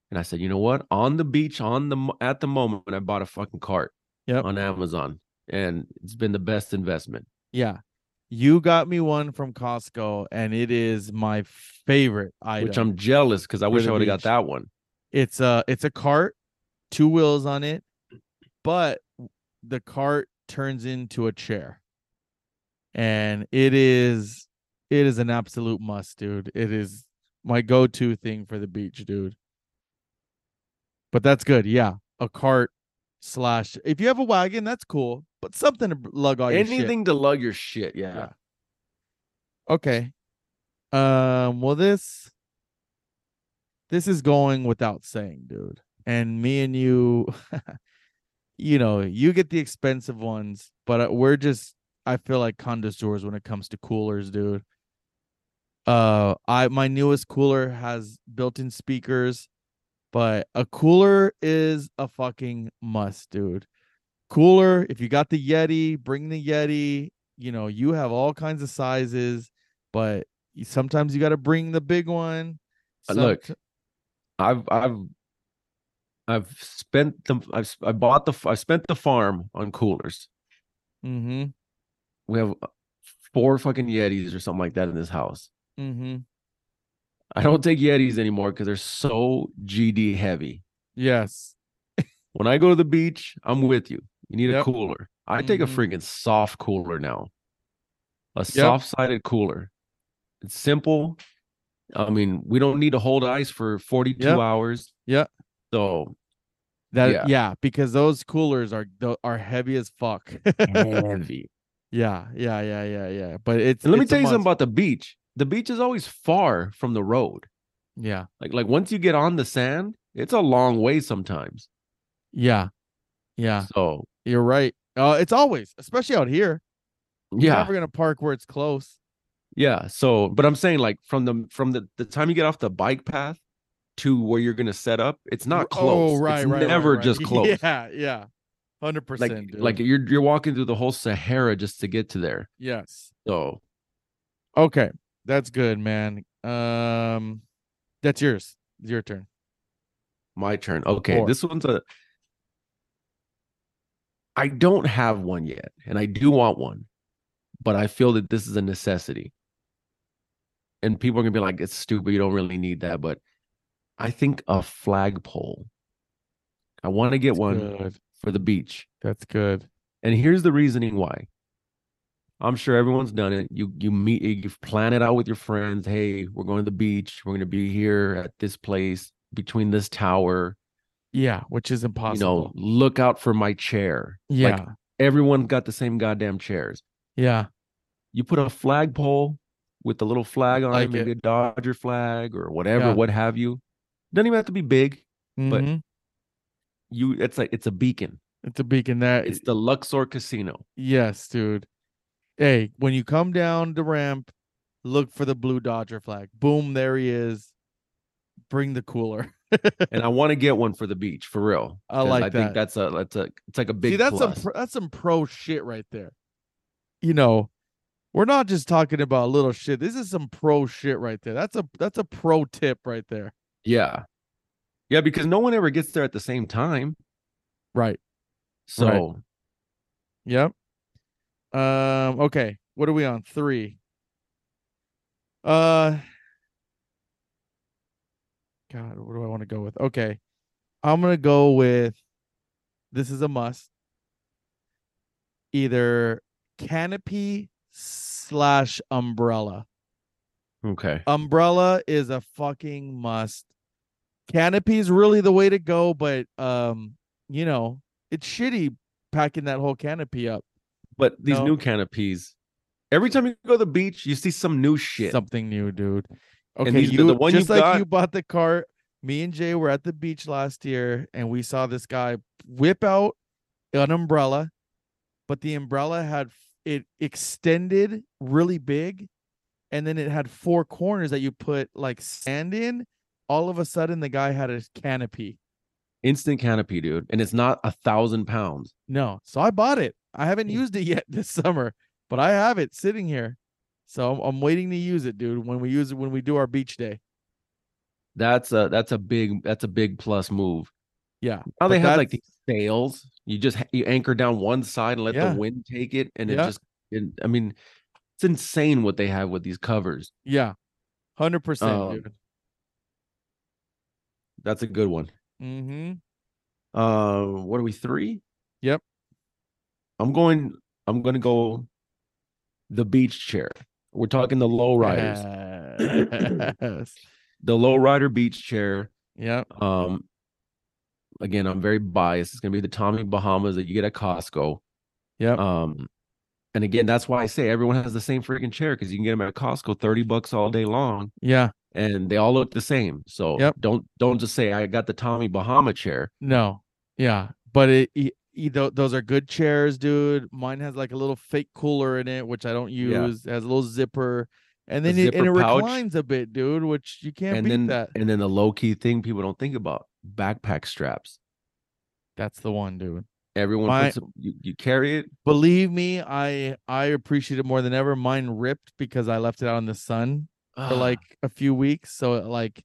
[SPEAKER 1] And I said, you know what? On the beach, on the mo- at the moment, I bought a fucking cart
[SPEAKER 2] Yep.
[SPEAKER 1] on Amazon, and it's been the best investment.
[SPEAKER 2] Yeah. You got me one from Costco, and it is my favorite item.
[SPEAKER 1] Which I'm jealous because I
[SPEAKER 2] For
[SPEAKER 1] wish
[SPEAKER 2] the
[SPEAKER 1] I would have
[SPEAKER 2] beach.
[SPEAKER 1] got that one.
[SPEAKER 2] it's a it's a cart, two wheels on it, but w- the cart turns into a chair, and it is it is an absolute must, dude. It is my go to thing for the beach, dude. But that's good, yeah. A cart slash if you have a wagon, that's cool, but something to b- lug all your shit.
[SPEAKER 1] Anything to lug your shit, yeah.
[SPEAKER 2] Yeah. Okay. Um, well this this is going without saying, dude. And me and you <laughs> you know, you get the expensive ones, but uh, we're just I feel like connoisseurs when it comes to coolers, dude. Uh I my newest cooler has built-in speakers, but a cooler is a fucking must, dude. Cooler, if you got the Yeti, bring the Yeti you know you have all kinds of sizes but you- sometimes you got to bring the big one
[SPEAKER 1] Uh, look,
[SPEAKER 2] Somet-
[SPEAKER 1] I've I've I've spent the I've s- I bought the f- I spent the farm on coolers.
[SPEAKER 2] mhm
[SPEAKER 1] We have uh, four fucking Yetis or something like that in this house.
[SPEAKER 2] mhm
[SPEAKER 1] I don't take Yetis anymore because they're so GD heavy.
[SPEAKER 2] yes
[SPEAKER 1] When I go to the beach, I'm with you. You need
[SPEAKER 2] Yep.
[SPEAKER 1] a cooler. I take a
[SPEAKER 2] Mhm.
[SPEAKER 1] freaking soft cooler now. A soft sided cooler. It's simple. I mean, we don't need to hold ice for 42
[SPEAKER 2] Yep.
[SPEAKER 1] hours.
[SPEAKER 2] Yep. <laughs>
[SPEAKER 1] So
[SPEAKER 2] that yeah.
[SPEAKER 1] Yeah.
[SPEAKER 2] because those coolers are tho- are heavy as fuck <laughs>
[SPEAKER 1] heavy.
[SPEAKER 2] yeah yeah yeah yeah yeah but it's
[SPEAKER 1] And let me
[SPEAKER 2] it's a
[SPEAKER 1] tell you something
[SPEAKER 2] must.
[SPEAKER 1] about the beach. The beach is always far from the road.
[SPEAKER 2] yeah
[SPEAKER 1] Like like once you get on the sand, it's a long way sometimes.
[SPEAKER 2] yeah yeah
[SPEAKER 1] So
[SPEAKER 2] you're right uh it's always especially out here
[SPEAKER 1] yeah.
[SPEAKER 2] we're gonna park where it's close
[SPEAKER 1] Yeah. So, but I'm saying like from the from the the time you get off the bike path to where you're gonna set up, it's not close.
[SPEAKER 2] oh right
[SPEAKER 1] it's
[SPEAKER 2] right right,
[SPEAKER 1] Never
[SPEAKER 2] right.
[SPEAKER 1] just close.
[SPEAKER 2] <laughs> yeah yeah 100%
[SPEAKER 1] Like
[SPEAKER 2] dude.
[SPEAKER 1] like you're you're walking through the whole Sahara just to get to there.
[SPEAKER 2] yes
[SPEAKER 1] So
[SPEAKER 2] Okay, that's good, man. Um, that's yours. It's your turn.
[SPEAKER 1] my turn. Okay,
[SPEAKER 2] Or-
[SPEAKER 1] this one's a. I don't have one yet, and I do want one, but I feel that this is a necessity. And people are gonna be like, "It's stupid. You don't really need that." But I think a flagpole. I want to get
[SPEAKER 2] That's
[SPEAKER 1] one.
[SPEAKER 2] Good.
[SPEAKER 1] for the beach.
[SPEAKER 2] That's good.
[SPEAKER 1] And here's the reasoning why. I'm sure everyone's done it. You you meet you plan it out with your friends. Hey, we're going to the beach. We're going to be here at this place between this tower.
[SPEAKER 2] Yeah, which is impossible.
[SPEAKER 1] You know, look out for my chair.
[SPEAKER 2] yeah,
[SPEAKER 1] Like everyone got the same goddamn chairs.
[SPEAKER 2] yeah,
[SPEAKER 1] You put a flagpole with the little flag on
[SPEAKER 2] Like
[SPEAKER 1] it, maybe
[SPEAKER 2] it.
[SPEAKER 1] a Dodger flag or whatever,
[SPEAKER 2] Yeah.
[SPEAKER 1] what have you. Doesn't even have to be big. but-
[SPEAKER 2] Mhm.
[SPEAKER 1] You it's like it's a beacon.
[SPEAKER 2] it's a beacon that.
[SPEAKER 1] It's the Luxor Casino.
[SPEAKER 2] yes, dude. Hey, when you come down the ramp, look for the blue Dodger flag. Boom, there he is. Bring the cooler. <laughs>
[SPEAKER 1] and I want to get one for the beach for real.
[SPEAKER 2] I
[SPEAKER 1] 'cause
[SPEAKER 2] like
[SPEAKER 1] I
[SPEAKER 2] that.
[SPEAKER 1] think that's a that's a it's like a big
[SPEAKER 2] See, that's
[SPEAKER 1] plus.
[SPEAKER 2] some pro, that's some pro shit right there. You know, we're not just talking about little shit. This is some pro shit right there. That's a that's a pro tip right there.
[SPEAKER 1] yeah, yeah, because no one ever gets there at the same time.
[SPEAKER 2] Right.
[SPEAKER 1] So
[SPEAKER 2] Yep. Um. Okay. What are we on? Three. Uh. God, what do I want to go with? Okay, I'm gonna go with. This is a must. Either canopy slash umbrella.
[SPEAKER 1] okay,
[SPEAKER 2] umbrella is a fucking must canopy is really the way to go but um you know it's shitty packing that whole canopy up
[SPEAKER 1] but these
[SPEAKER 2] no.
[SPEAKER 1] new canopies. Every time you go to the beach, you see some new shit.
[SPEAKER 2] something new dude okay
[SPEAKER 1] these- the-
[SPEAKER 2] you
[SPEAKER 1] the one you
[SPEAKER 2] just like
[SPEAKER 1] got-
[SPEAKER 2] you bought the cart me and jay were at the beach last year and we saw this guy whip out an umbrella but the umbrella had f- it extended really big and then it had four corners that you put like sand in all of a sudden the guy had a canopy
[SPEAKER 1] Instant canopy, dude, and it's not a thousand pounds.
[SPEAKER 2] No. So I bought it. I haven't
[SPEAKER 1] Hmm.
[SPEAKER 2] used it <laughs> yet this summer, but I have it sitting here. So I'm, I'm waiting to use it, dude. When we use it, when we do our beach day.
[SPEAKER 1] That's a that's a big that's a big plus move.
[SPEAKER 2] Yeah.
[SPEAKER 1] Now they
[SPEAKER 2] but
[SPEAKER 1] have like
[SPEAKER 2] that's-
[SPEAKER 1] these sails. You just ha- you anchor down one side and let
[SPEAKER 2] Yeah.
[SPEAKER 1] the wind take it, and it
[SPEAKER 2] Yeah.
[SPEAKER 1] just. It, I mean, it's insane what they have with these covers.
[SPEAKER 2] yeah, hundred percent,
[SPEAKER 1] Um,
[SPEAKER 2] dude.
[SPEAKER 1] That's a good one.
[SPEAKER 2] Mm-hmm.
[SPEAKER 1] Uh, what are we three?
[SPEAKER 2] Yep.
[SPEAKER 1] I'm going. I'm gonna go. The beach chair. We're talking the low riders. <laughs>
[SPEAKER 2] Yes.
[SPEAKER 1] The low rider beach chair.
[SPEAKER 2] yep.
[SPEAKER 1] Um, again, I'm very biased. It's gonna be the Tommy Bahamas that you get at Costco.
[SPEAKER 2] Yep.
[SPEAKER 1] Um, and again, that's why I say everyone has the same freaking chair because you can get them at Costco, thirty bucks all day long,
[SPEAKER 2] yeah.
[SPEAKER 1] and they all look the same. So
[SPEAKER 2] Yep.
[SPEAKER 1] don't don't just say I got the Tommy Bahama chair.
[SPEAKER 2] No. Yeah. But it, e e- tho- those are good chairs, dude. Mine has like a little fake cooler in it, which I don't
[SPEAKER 1] Yeah.
[SPEAKER 2] use. It has a little zipper, and then it,
[SPEAKER 1] zipper
[SPEAKER 2] and it
[SPEAKER 1] pouch.
[SPEAKER 2] reclines a bit, dude. Which you can't
[SPEAKER 1] and
[SPEAKER 2] beat
[SPEAKER 1] then
[SPEAKER 2] that.
[SPEAKER 1] and then the low key thing people don't think about backpack straps.
[SPEAKER 2] That's the one, dude.
[SPEAKER 1] Everyone
[SPEAKER 2] My-
[SPEAKER 1] puts it- you, you carry it.
[SPEAKER 2] Believe me, I I appreciate it more than ever. Mine ripped because I left it out in the sun for
[SPEAKER 1] Ah.
[SPEAKER 2] like a few weeks, so it like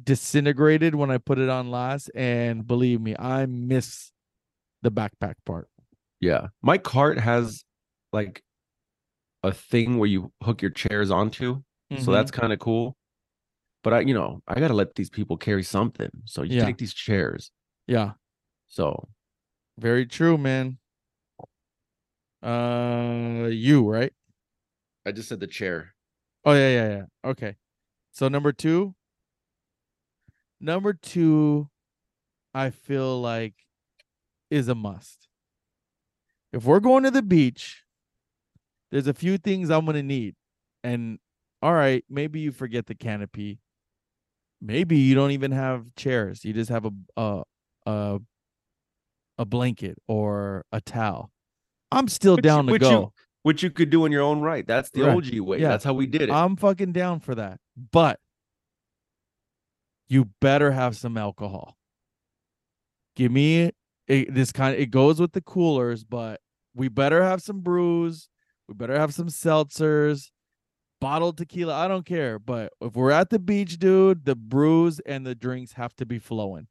[SPEAKER 2] disintegrated when I put it on last. And believe me, I miss the backpack part.
[SPEAKER 1] <sighs> yeah, my cart has like a thing where you hook your chairs onto, so
[SPEAKER 2] Mhm.
[SPEAKER 1] that's kind of cool. But I, you know, I gotta let these people carry something. So you
[SPEAKER 2] Yeah.
[SPEAKER 1] take these chairs.
[SPEAKER 2] yeah,
[SPEAKER 1] So
[SPEAKER 2] very true, man. Uh, you right?
[SPEAKER 1] I just said the chair.
[SPEAKER 2] Oh yeah, yeah, yeah. Okay. So number two. Number two, I feel like is a must. If we're going to the beach, there's a few things I'm gonna need. And all right, maybe you forget the canopy. Maybe you don't even have chairs. You just have a a a, a blanket or a towel. I'm still
[SPEAKER 1] Which you-
[SPEAKER 2] down to
[SPEAKER 1] which you-
[SPEAKER 2] go.
[SPEAKER 1] Which you could do in your own right. That's the
[SPEAKER 2] Right.
[SPEAKER 1] OG way.
[SPEAKER 2] Yeah.
[SPEAKER 1] That's how we did it.
[SPEAKER 2] I'm fucking down for that. But you better have some alcohol. Give me it, this kind it goes with the coolers, but we better have some brews. We better have some seltzers, bottled tequila. I don't care. But if we're at the beach, dude, the brews and the drinks have to be flowing.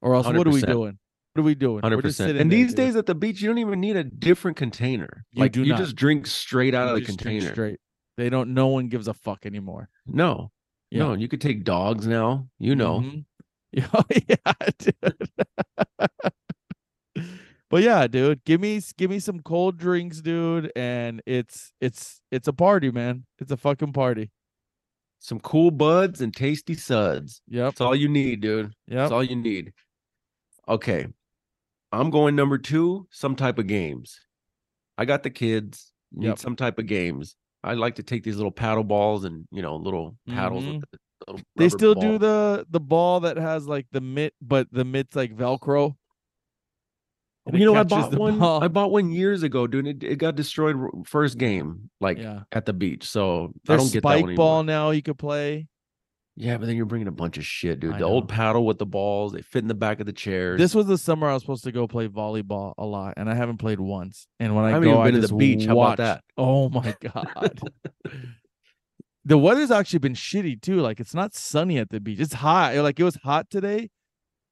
[SPEAKER 2] Or else, what are we
[SPEAKER 1] 100%.
[SPEAKER 2] doing? What are we doing? We're
[SPEAKER 1] Hundred
[SPEAKER 2] just
[SPEAKER 1] percent.
[SPEAKER 2] sitting
[SPEAKER 1] And
[SPEAKER 2] there,
[SPEAKER 1] these
[SPEAKER 2] dude.
[SPEAKER 1] days at the beach, you don't even need a different container.
[SPEAKER 2] You
[SPEAKER 1] like
[SPEAKER 2] do
[SPEAKER 1] you
[SPEAKER 2] not.
[SPEAKER 1] just drink straight out
[SPEAKER 2] You
[SPEAKER 1] of the
[SPEAKER 2] just drink
[SPEAKER 1] container.
[SPEAKER 2] Straight. They don't. No one gives a fuck anymore.
[SPEAKER 1] No,
[SPEAKER 2] Yeah.
[SPEAKER 1] no, you could take dogs now. You know,
[SPEAKER 2] Mhm. Yeah, <laughs> yeah, dude. <laughs> but yeah, dude, give me s- give me some cold drinks, dude, and it's it's it's a party, man. It's a fucking party.
[SPEAKER 1] some cool buds and tasty suds.
[SPEAKER 2] Yep,
[SPEAKER 1] That's all you need, dude. That's
[SPEAKER 2] yep.
[SPEAKER 1] all you need. Okay, I'm going number two. Some type of games. I got the kids. Need
[SPEAKER 2] Yep.
[SPEAKER 1] some type of games. I like to take these little paddle balls and you know little paddles.
[SPEAKER 2] Mhm.
[SPEAKER 1] With the little
[SPEAKER 2] They
[SPEAKER 1] rubber
[SPEAKER 2] still do
[SPEAKER 1] ball.
[SPEAKER 2] the the ball that has like the mitt, but the mitt's like Velcro. and it
[SPEAKER 1] You know, I
[SPEAKER 2] catches
[SPEAKER 1] bought
[SPEAKER 2] the
[SPEAKER 1] one.
[SPEAKER 2] <laughs> ball.
[SPEAKER 1] I bought one years ago, dude. and It, it got destroyed r- first game, like
[SPEAKER 2] yeah,
[SPEAKER 1] at the beach. So I
[SPEAKER 2] there's
[SPEAKER 1] don't get that
[SPEAKER 2] spike
[SPEAKER 1] one anymore.
[SPEAKER 2] ball now. You could play.
[SPEAKER 1] Yeah, but then you're bringing a bunch of shit, dude.
[SPEAKER 2] I
[SPEAKER 1] the old
[SPEAKER 2] know.
[SPEAKER 1] paddle with the balls, they fit in the back of the chairs.
[SPEAKER 2] This was the summer I was supposed to go play volleyball a lot, and I haven't played once. And when I,
[SPEAKER 1] I haven't
[SPEAKER 2] go,
[SPEAKER 1] even
[SPEAKER 2] I
[SPEAKER 1] been to the
[SPEAKER 2] just
[SPEAKER 1] beach. How about
[SPEAKER 2] watch.
[SPEAKER 1] that?
[SPEAKER 2] Oh my <laughs>
[SPEAKER 1] <laughs>
[SPEAKER 2] god, the weather's actually been shitty too. Like it's not sunny at the beach. It's hot. Like it was hot today,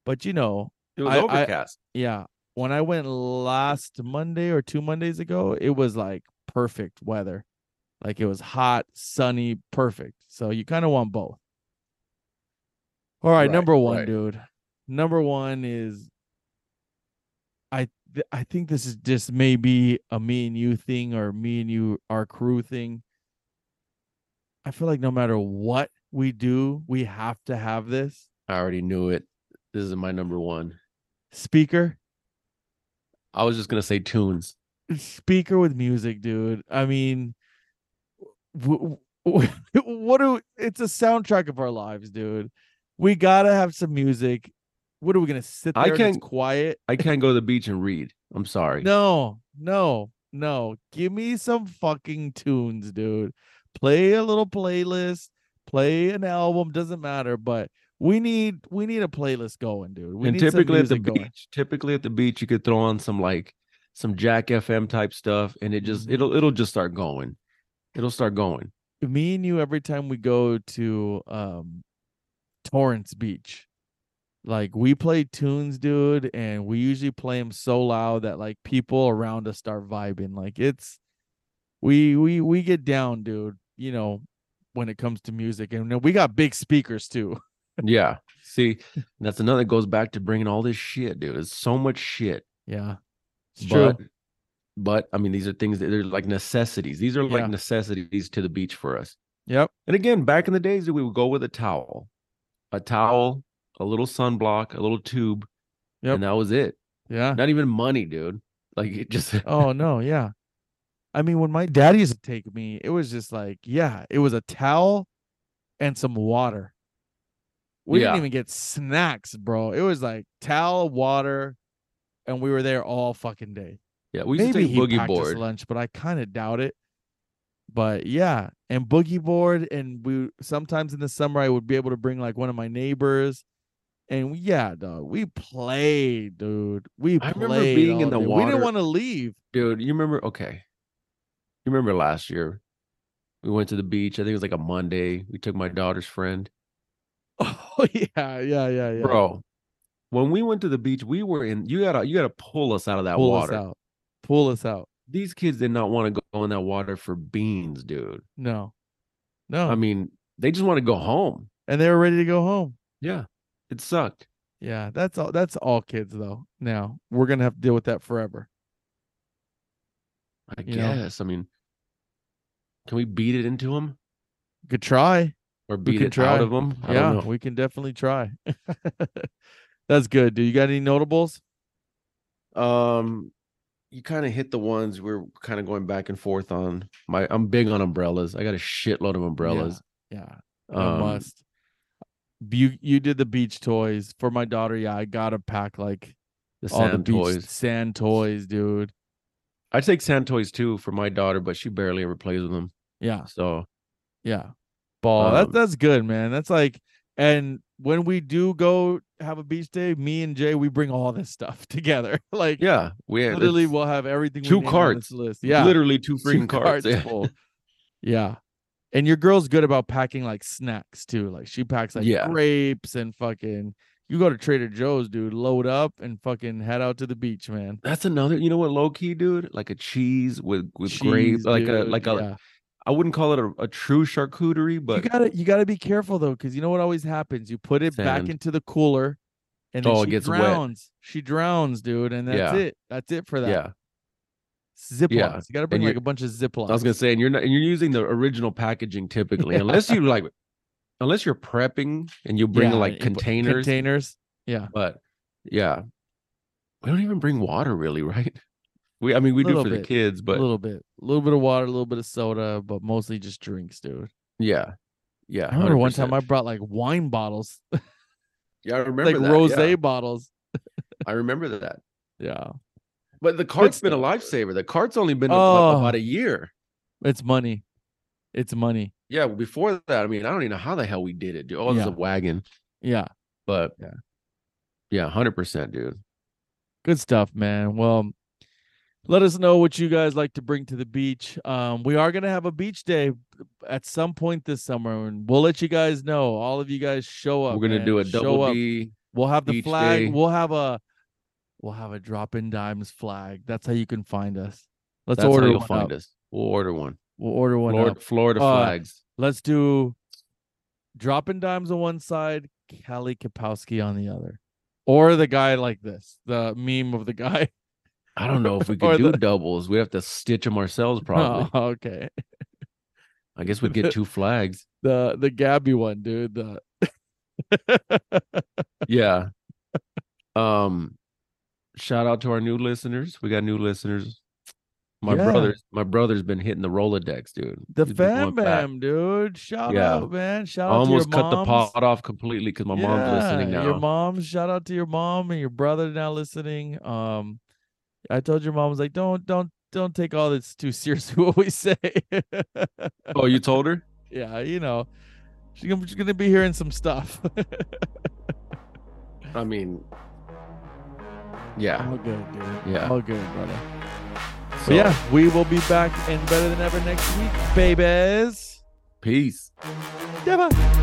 [SPEAKER 2] but you know,
[SPEAKER 1] it was
[SPEAKER 2] I- I-
[SPEAKER 1] overcast.
[SPEAKER 2] yeah. When I went last Monday or two Mondays ago, it was like perfect weather. Like it was hot, sunny, perfect. So you kind of want both. All right,
[SPEAKER 1] Right,
[SPEAKER 2] number one,
[SPEAKER 1] right.
[SPEAKER 2] dude. Number one is I th- I think this is just maybe a me and you thing or me and you our crew thing. I feel like no matter what we do, we have to have this
[SPEAKER 1] I already knew it. This is my number one.
[SPEAKER 2] speaker.
[SPEAKER 1] I was just gonna say tunes.
[SPEAKER 2] speaker with music, dude. I mean, w- w- <laughs> what do it's a soundtrack of our lives, dude. We gotta have some music. What are we gonna sit there?
[SPEAKER 1] I
[SPEAKER 2] and it's
[SPEAKER 1] can-
[SPEAKER 2] quiet.
[SPEAKER 1] I can't go to the beach and read. I'm sorry.
[SPEAKER 2] No, no, no. Give me some fucking tunes, dude. Play a little playlist. Play an album. Doesn't matter, but. We need we need a playlist going, dude. We
[SPEAKER 1] and
[SPEAKER 2] need some
[SPEAKER 1] typically at the
[SPEAKER 2] music
[SPEAKER 1] beach,
[SPEAKER 2] going.
[SPEAKER 1] typically at the beach, you could throw on some like some Jack FM type stuff, and it just
[SPEAKER 2] Mhm.
[SPEAKER 1] it'll it'll just start going. It'll start going.
[SPEAKER 2] me and you every time we go to um Torrance Beach. Like we play tunes, dude, and we usually play them so loud that like people around us start vibing. Like it's we we we get down, dude, you know, when it comes to music. And then we got big speakers too.
[SPEAKER 1] Yeah.
[SPEAKER 2] <laughs>
[SPEAKER 1] See, that's another goes back to bringing all this shit, dude. It's so much shit.
[SPEAKER 2] Yeah. It's true.
[SPEAKER 1] but but I mean, these are things that they're like necessities. These are
[SPEAKER 2] Yeah.
[SPEAKER 1] like necessities to the beach for us.
[SPEAKER 2] Yep.
[SPEAKER 1] And again, back in the days, we would go with a towel, a towel, a little sunblock, a little tube,
[SPEAKER 2] Yep.
[SPEAKER 1] and that was it.
[SPEAKER 2] Yeah.
[SPEAKER 1] Not even money, dude. Like it
[SPEAKER 2] <laughs>
[SPEAKER 1] just
[SPEAKER 2] Oh no, yeah. I mean, when my dad used to take me, it was just like, yeah, it was a towel and some water. We didn't
[SPEAKER 1] Yeah.
[SPEAKER 2] even get snacks, bro. It was like towel, water, and we were there all fucking day.
[SPEAKER 1] yeah. We used
[SPEAKER 2] Maybe
[SPEAKER 1] to
[SPEAKER 2] he
[SPEAKER 1] take boogie
[SPEAKER 2] packed us
[SPEAKER 1] board.
[SPEAKER 2] lunch, but I kind of doubt it. But yeah, and boogie board, and we sometimes in the summer I would be able to bring like one of my neighbors, and we- yeah, dog, we played, dude. We
[SPEAKER 1] I
[SPEAKER 2] played.
[SPEAKER 1] remember being in
[SPEAKER 2] all
[SPEAKER 1] the
[SPEAKER 2] day. We didn't
[SPEAKER 1] water-
[SPEAKER 2] want to leave.
[SPEAKER 1] dude you remember okay you remember last year we went to the beach i think it was like a monday we took my daughter's friend
[SPEAKER 2] <laughs> Oh yeah, yeah, yeah, yeah.
[SPEAKER 1] bro when we went to the beach we were in you gotta you gotta pull us out of that
[SPEAKER 2] pull
[SPEAKER 1] water
[SPEAKER 2] us out. Pull us out.
[SPEAKER 1] these kids did not want to go in that water for beans dude
[SPEAKER 2] No, no.
[SPEAKER 1] i mean they just want to go home
[SPEAKER 2] and they were ready to go home.
[SPEAKER 1] yeah it sucked
[SPEAKER 2] Yeah, that's all. That's all kids though. Now we're gonna have to deal with that forever.
[SPEAKER 1] i
[SPEAKER 2] You know.
[SPEAKER 1] guess i mean can we beat it into them
[SPEAKER 2] Could try.
[SPEAKER 1] or beat
[SPEAKER 2] can
[SPEAKER 1] it
[SPEAKER 2] try.
[SPEAKER 1] out of them i
[SPEAKER 2] yeah,
[SPEAKER 1] don't know
[SPEAKER 2] we can definitely try. <laughs> that's good. Do you got any notables?
[SPEAKER 1] Um, you kind of hit the ones we're kind of going back and forth on. My, I'm big on umbrellas. I got a shitload of umbrellas.
[SPEAKER 2] Yeah, a
[SPEAKER 1] um,
[SPEAKER 2] must. You you did the beach toys for my daughter. Yeah, I got to pack like
[SPEAKER 1] the
[SPEAKER 2] all the
[SPEAKER 1] sand
[SPEAKER 2] beach
[SPEAKER 1] toys.
[SPEAKER 2] sand toys, dude.
[SPEAKER 1] I take sand toys too for my daughter, but she barely ever plays with them.
[SPEAKER 2] Yeah,
[SPEAKER 1] So
[SPEAKER 2] Yeah. Ball. that,
[SPEAKER 1] Um,
[SPEAKER 2] Oh, that's good, man. That's like, and when we do go have a beach day, me and Jay, we bring all this stuff <laughs> together. like,
[SPEAKER 1] yeah, we had-
[SPEAKER 2] literally,
[SPEAKER 1] it's
[SPEAKER 2] we'll have everything. we
[SPEAKER 1] two
[SPEAKER 2] named on this
[SPEAKER 1] carts.
[SPEAKER 2] list. Yeah. <laughs>
[SPEAKER 1] literally two
[SPEAKER 2] two
[SPEAKER 1] freaking cards. yeah.
[SPEAKER 2] full. yeah. And your girl's good about packing like snacks too. Like, she packs like
[SPEAKER 1] Yeah.
[SPEAKER 2] grapes and fucking. You go to Trader Joe's, dude. Load up and fucking head out to the beach, man.
[SPEAKER 1] That's another. You know what, low key, dude, like a cheese with with
[SPEAKER 2] Cheese,
[SPEAKER 1] grapes, like a
[SPEAKER 2] dude,
[SPEAKER 1] like a.
[SPEAKER 2] yeah.
[SPEAKER 1] I wouldn't call it a, a true charcuterie, but
[SPEAKER 2] you gotta you gotta be careful though, because you know what always happens. You put it back
[SPEAKER 1] Sand.
[SPEAKER 2] into the cooler, and then
[SPEAKER 1] Oh, it
[SPEAKER 2] she
[SPEAKER 1] gets wet.
[SPEAKER 2] drowns. She drowns, dude, and that's
[SPEAKER 1] Yeah.
[SPEAKER 2] it. That's it for that.
[SPEAKER 1] yeah,
[SPEAKER 2] Ziplocs.
[SPEAKER 1] Yeah.
[SPEAKER 2] You gotta bring
[SPEAKER 1] you-
[SPEAKER 2] like a bunch of Ziplocs.
[SPEAKER 1] I was gonna say, and you're not, and you're using the original packaging typically, unless you like, unless you're prepping and you bring
[SPEAKER 2] Yeah,
[SPEAKER 1] like
[SPEAKER 2] you put-
[SPEAKER 1] containers.
[SPEAKER 2] Containers. Yeah.
[SPEAKER 1] But yeah, we don't even bring water really, right? We, I mean, we do
[SPEAKER 2] Little
[SPEAKER 1] for
[SPEAKER 2] bit,
[SPEAKER 1] the kids,
[SPEAKER 2] A
[SPEAKER 1] but
[SPEAKER 2] little bit. A little bit of water, a little bit of soda, but mostly just drinks, dude.
[SPEAKER 1] yeah, yeah.
[SPEAKER 2] I remember one time
[SPEAKER 1] 100%.
[SPEAKER 2] I brought like wine bottles,
[SPEAKER 1] yeah, I remember
[SPEAKER 2] like
[SPEAKER 1] that,
[SPEAKER 2] rose
[SPEAKER 1] yeah.
[SPEAKER 2] bottles.
[SPEAKER 1] I remember that.
[SPEAKER 2] Yeah.
[SPEAKER 1] But the cart's been a
[SPEAKER 2] stuff.
[SPEAKER 1] lifesaver. The cart's only been a- what,
[SPEAKER 2] Oh.
[SPEAKER 1] about a year.
[SPEAKER 2] It's money. It's money.
[SPEAKER 1] Yeah, before that, I mean, I don't even know how the hell we did it. Dude. Oh, it was
[SPEAKER 2] Yeah.
[SPEAKER 1] a wagon,
[SPEAKER 2] Yeah.
[SPEAKER 1] but
[SPEAKER 2] Yeah.
[SPEAKER 1] yeah, hundred percent, dude.
[SPEAKER 2] good stuff man well let us know what you guys like to bring to the beach um we are going to have a beach day at some point this summer and we'll let you guys know all of you guys show up
[SPEAKER 1] We're gonna
[SPEAKER 2] Oh, man.
[SPEAKER 1] do a
[SPEAKER 2] show
[SPEAKER 1] double
[SPEAKER 2] up
[SPEAKER 1] D.
[SPEAKER 2] we'll have the
[SPEAKER 1] beach
[SPEAKER 2] flag
[SPEAKER 1] day.
[SPEAKER 2] we'll have a we'll have a drop in dimes flag that's how you can find us let's
[SPEAKER 1] That's
[SPEAKER 2] order
[SPEAKER 1] how you'll
[SPEAKER 2] one
[SPEAKER 1] find
[SPEAKER 2] up.
[SPEAKER 1] us. We'll order one.
[SPEAKER 2] we'll order one
[SPEAKER 1] Florida,
[SPEAKER 2] up.
[SPEAKER 1] Florida
[SPEAKER 2] Uh,
[SPEAKER 1] flags.
[SPEAKER 2] let's do drop in dimes on one side kelly kapowski on the other or the guy like this the meme of the guy <laughs>
[SPEAKER 1] I don't know if <laughs> we
[SPEAKER 2] or
[SPEAKER 1] could do
[SPEAKER 2] the-
[SPEAKER 1] doubles. We have to stitch them ourselves, probably.
[SPEAKER 2] oh, okay
[SPEAKER 1] I guess we'd get <laughs> two flags.
[SPEAKER 2] the the Gabby one, dude. The
[SPEAKER 1] Yeah. Um, shout out to our new listeners. We got new listeners. My
[SPEAKER 2] Yeah.
[SPEAKER 1] brother's my brother's been hitting the Rolodex, dude.
[SPEAKER 2] the
[SPEAKER 1] He's been going
[SPEAKER 2] fam
[SPEAKER 1] back.
[SPEAKER 2] bam, dude. Shout
[SPEAKER 1] Yeah.
[SPEAKER 2] out, man.
[SPEAKER 1] I
[SPEAKER 2] Shout out
[SPEAKER 1] almost
[SPEAKER 2] to your
[SPEAKER 1] cut the
[SPEAKER 2] moms.
[SPEAKER 1] pot off completely because my mom's listening
[SPEAKER 2] Yeah,
[SPEAKER 1] now.
[SPEAKER 2] Your mom, shout out to your mom and your brother now listening. Um, I told your mom I was like, don't don't don't take all this too seriously what we say. <laughs>
[SPEAKER 1] oh, you told her?
[SPEAKER 2] yeah, you know, she's gonna, she's gonna be hearing some stuff.
[SPEAKER 1] <laughs>
[SPEAKER 2] <laughs>
[SPEAKER 1] I mean, yeah,
[SPEAKER 2] all good, dude.
[SPEAKER 1] yeah.
[SPEAKER 2] All good, brother.
[SPEAKER 1] So,
[SPEAKER 2] But yeah, we will be back and better than ever next week, babies.
[SPEAKER 1] peace.
[SPEAKER 2] Yeah, bye.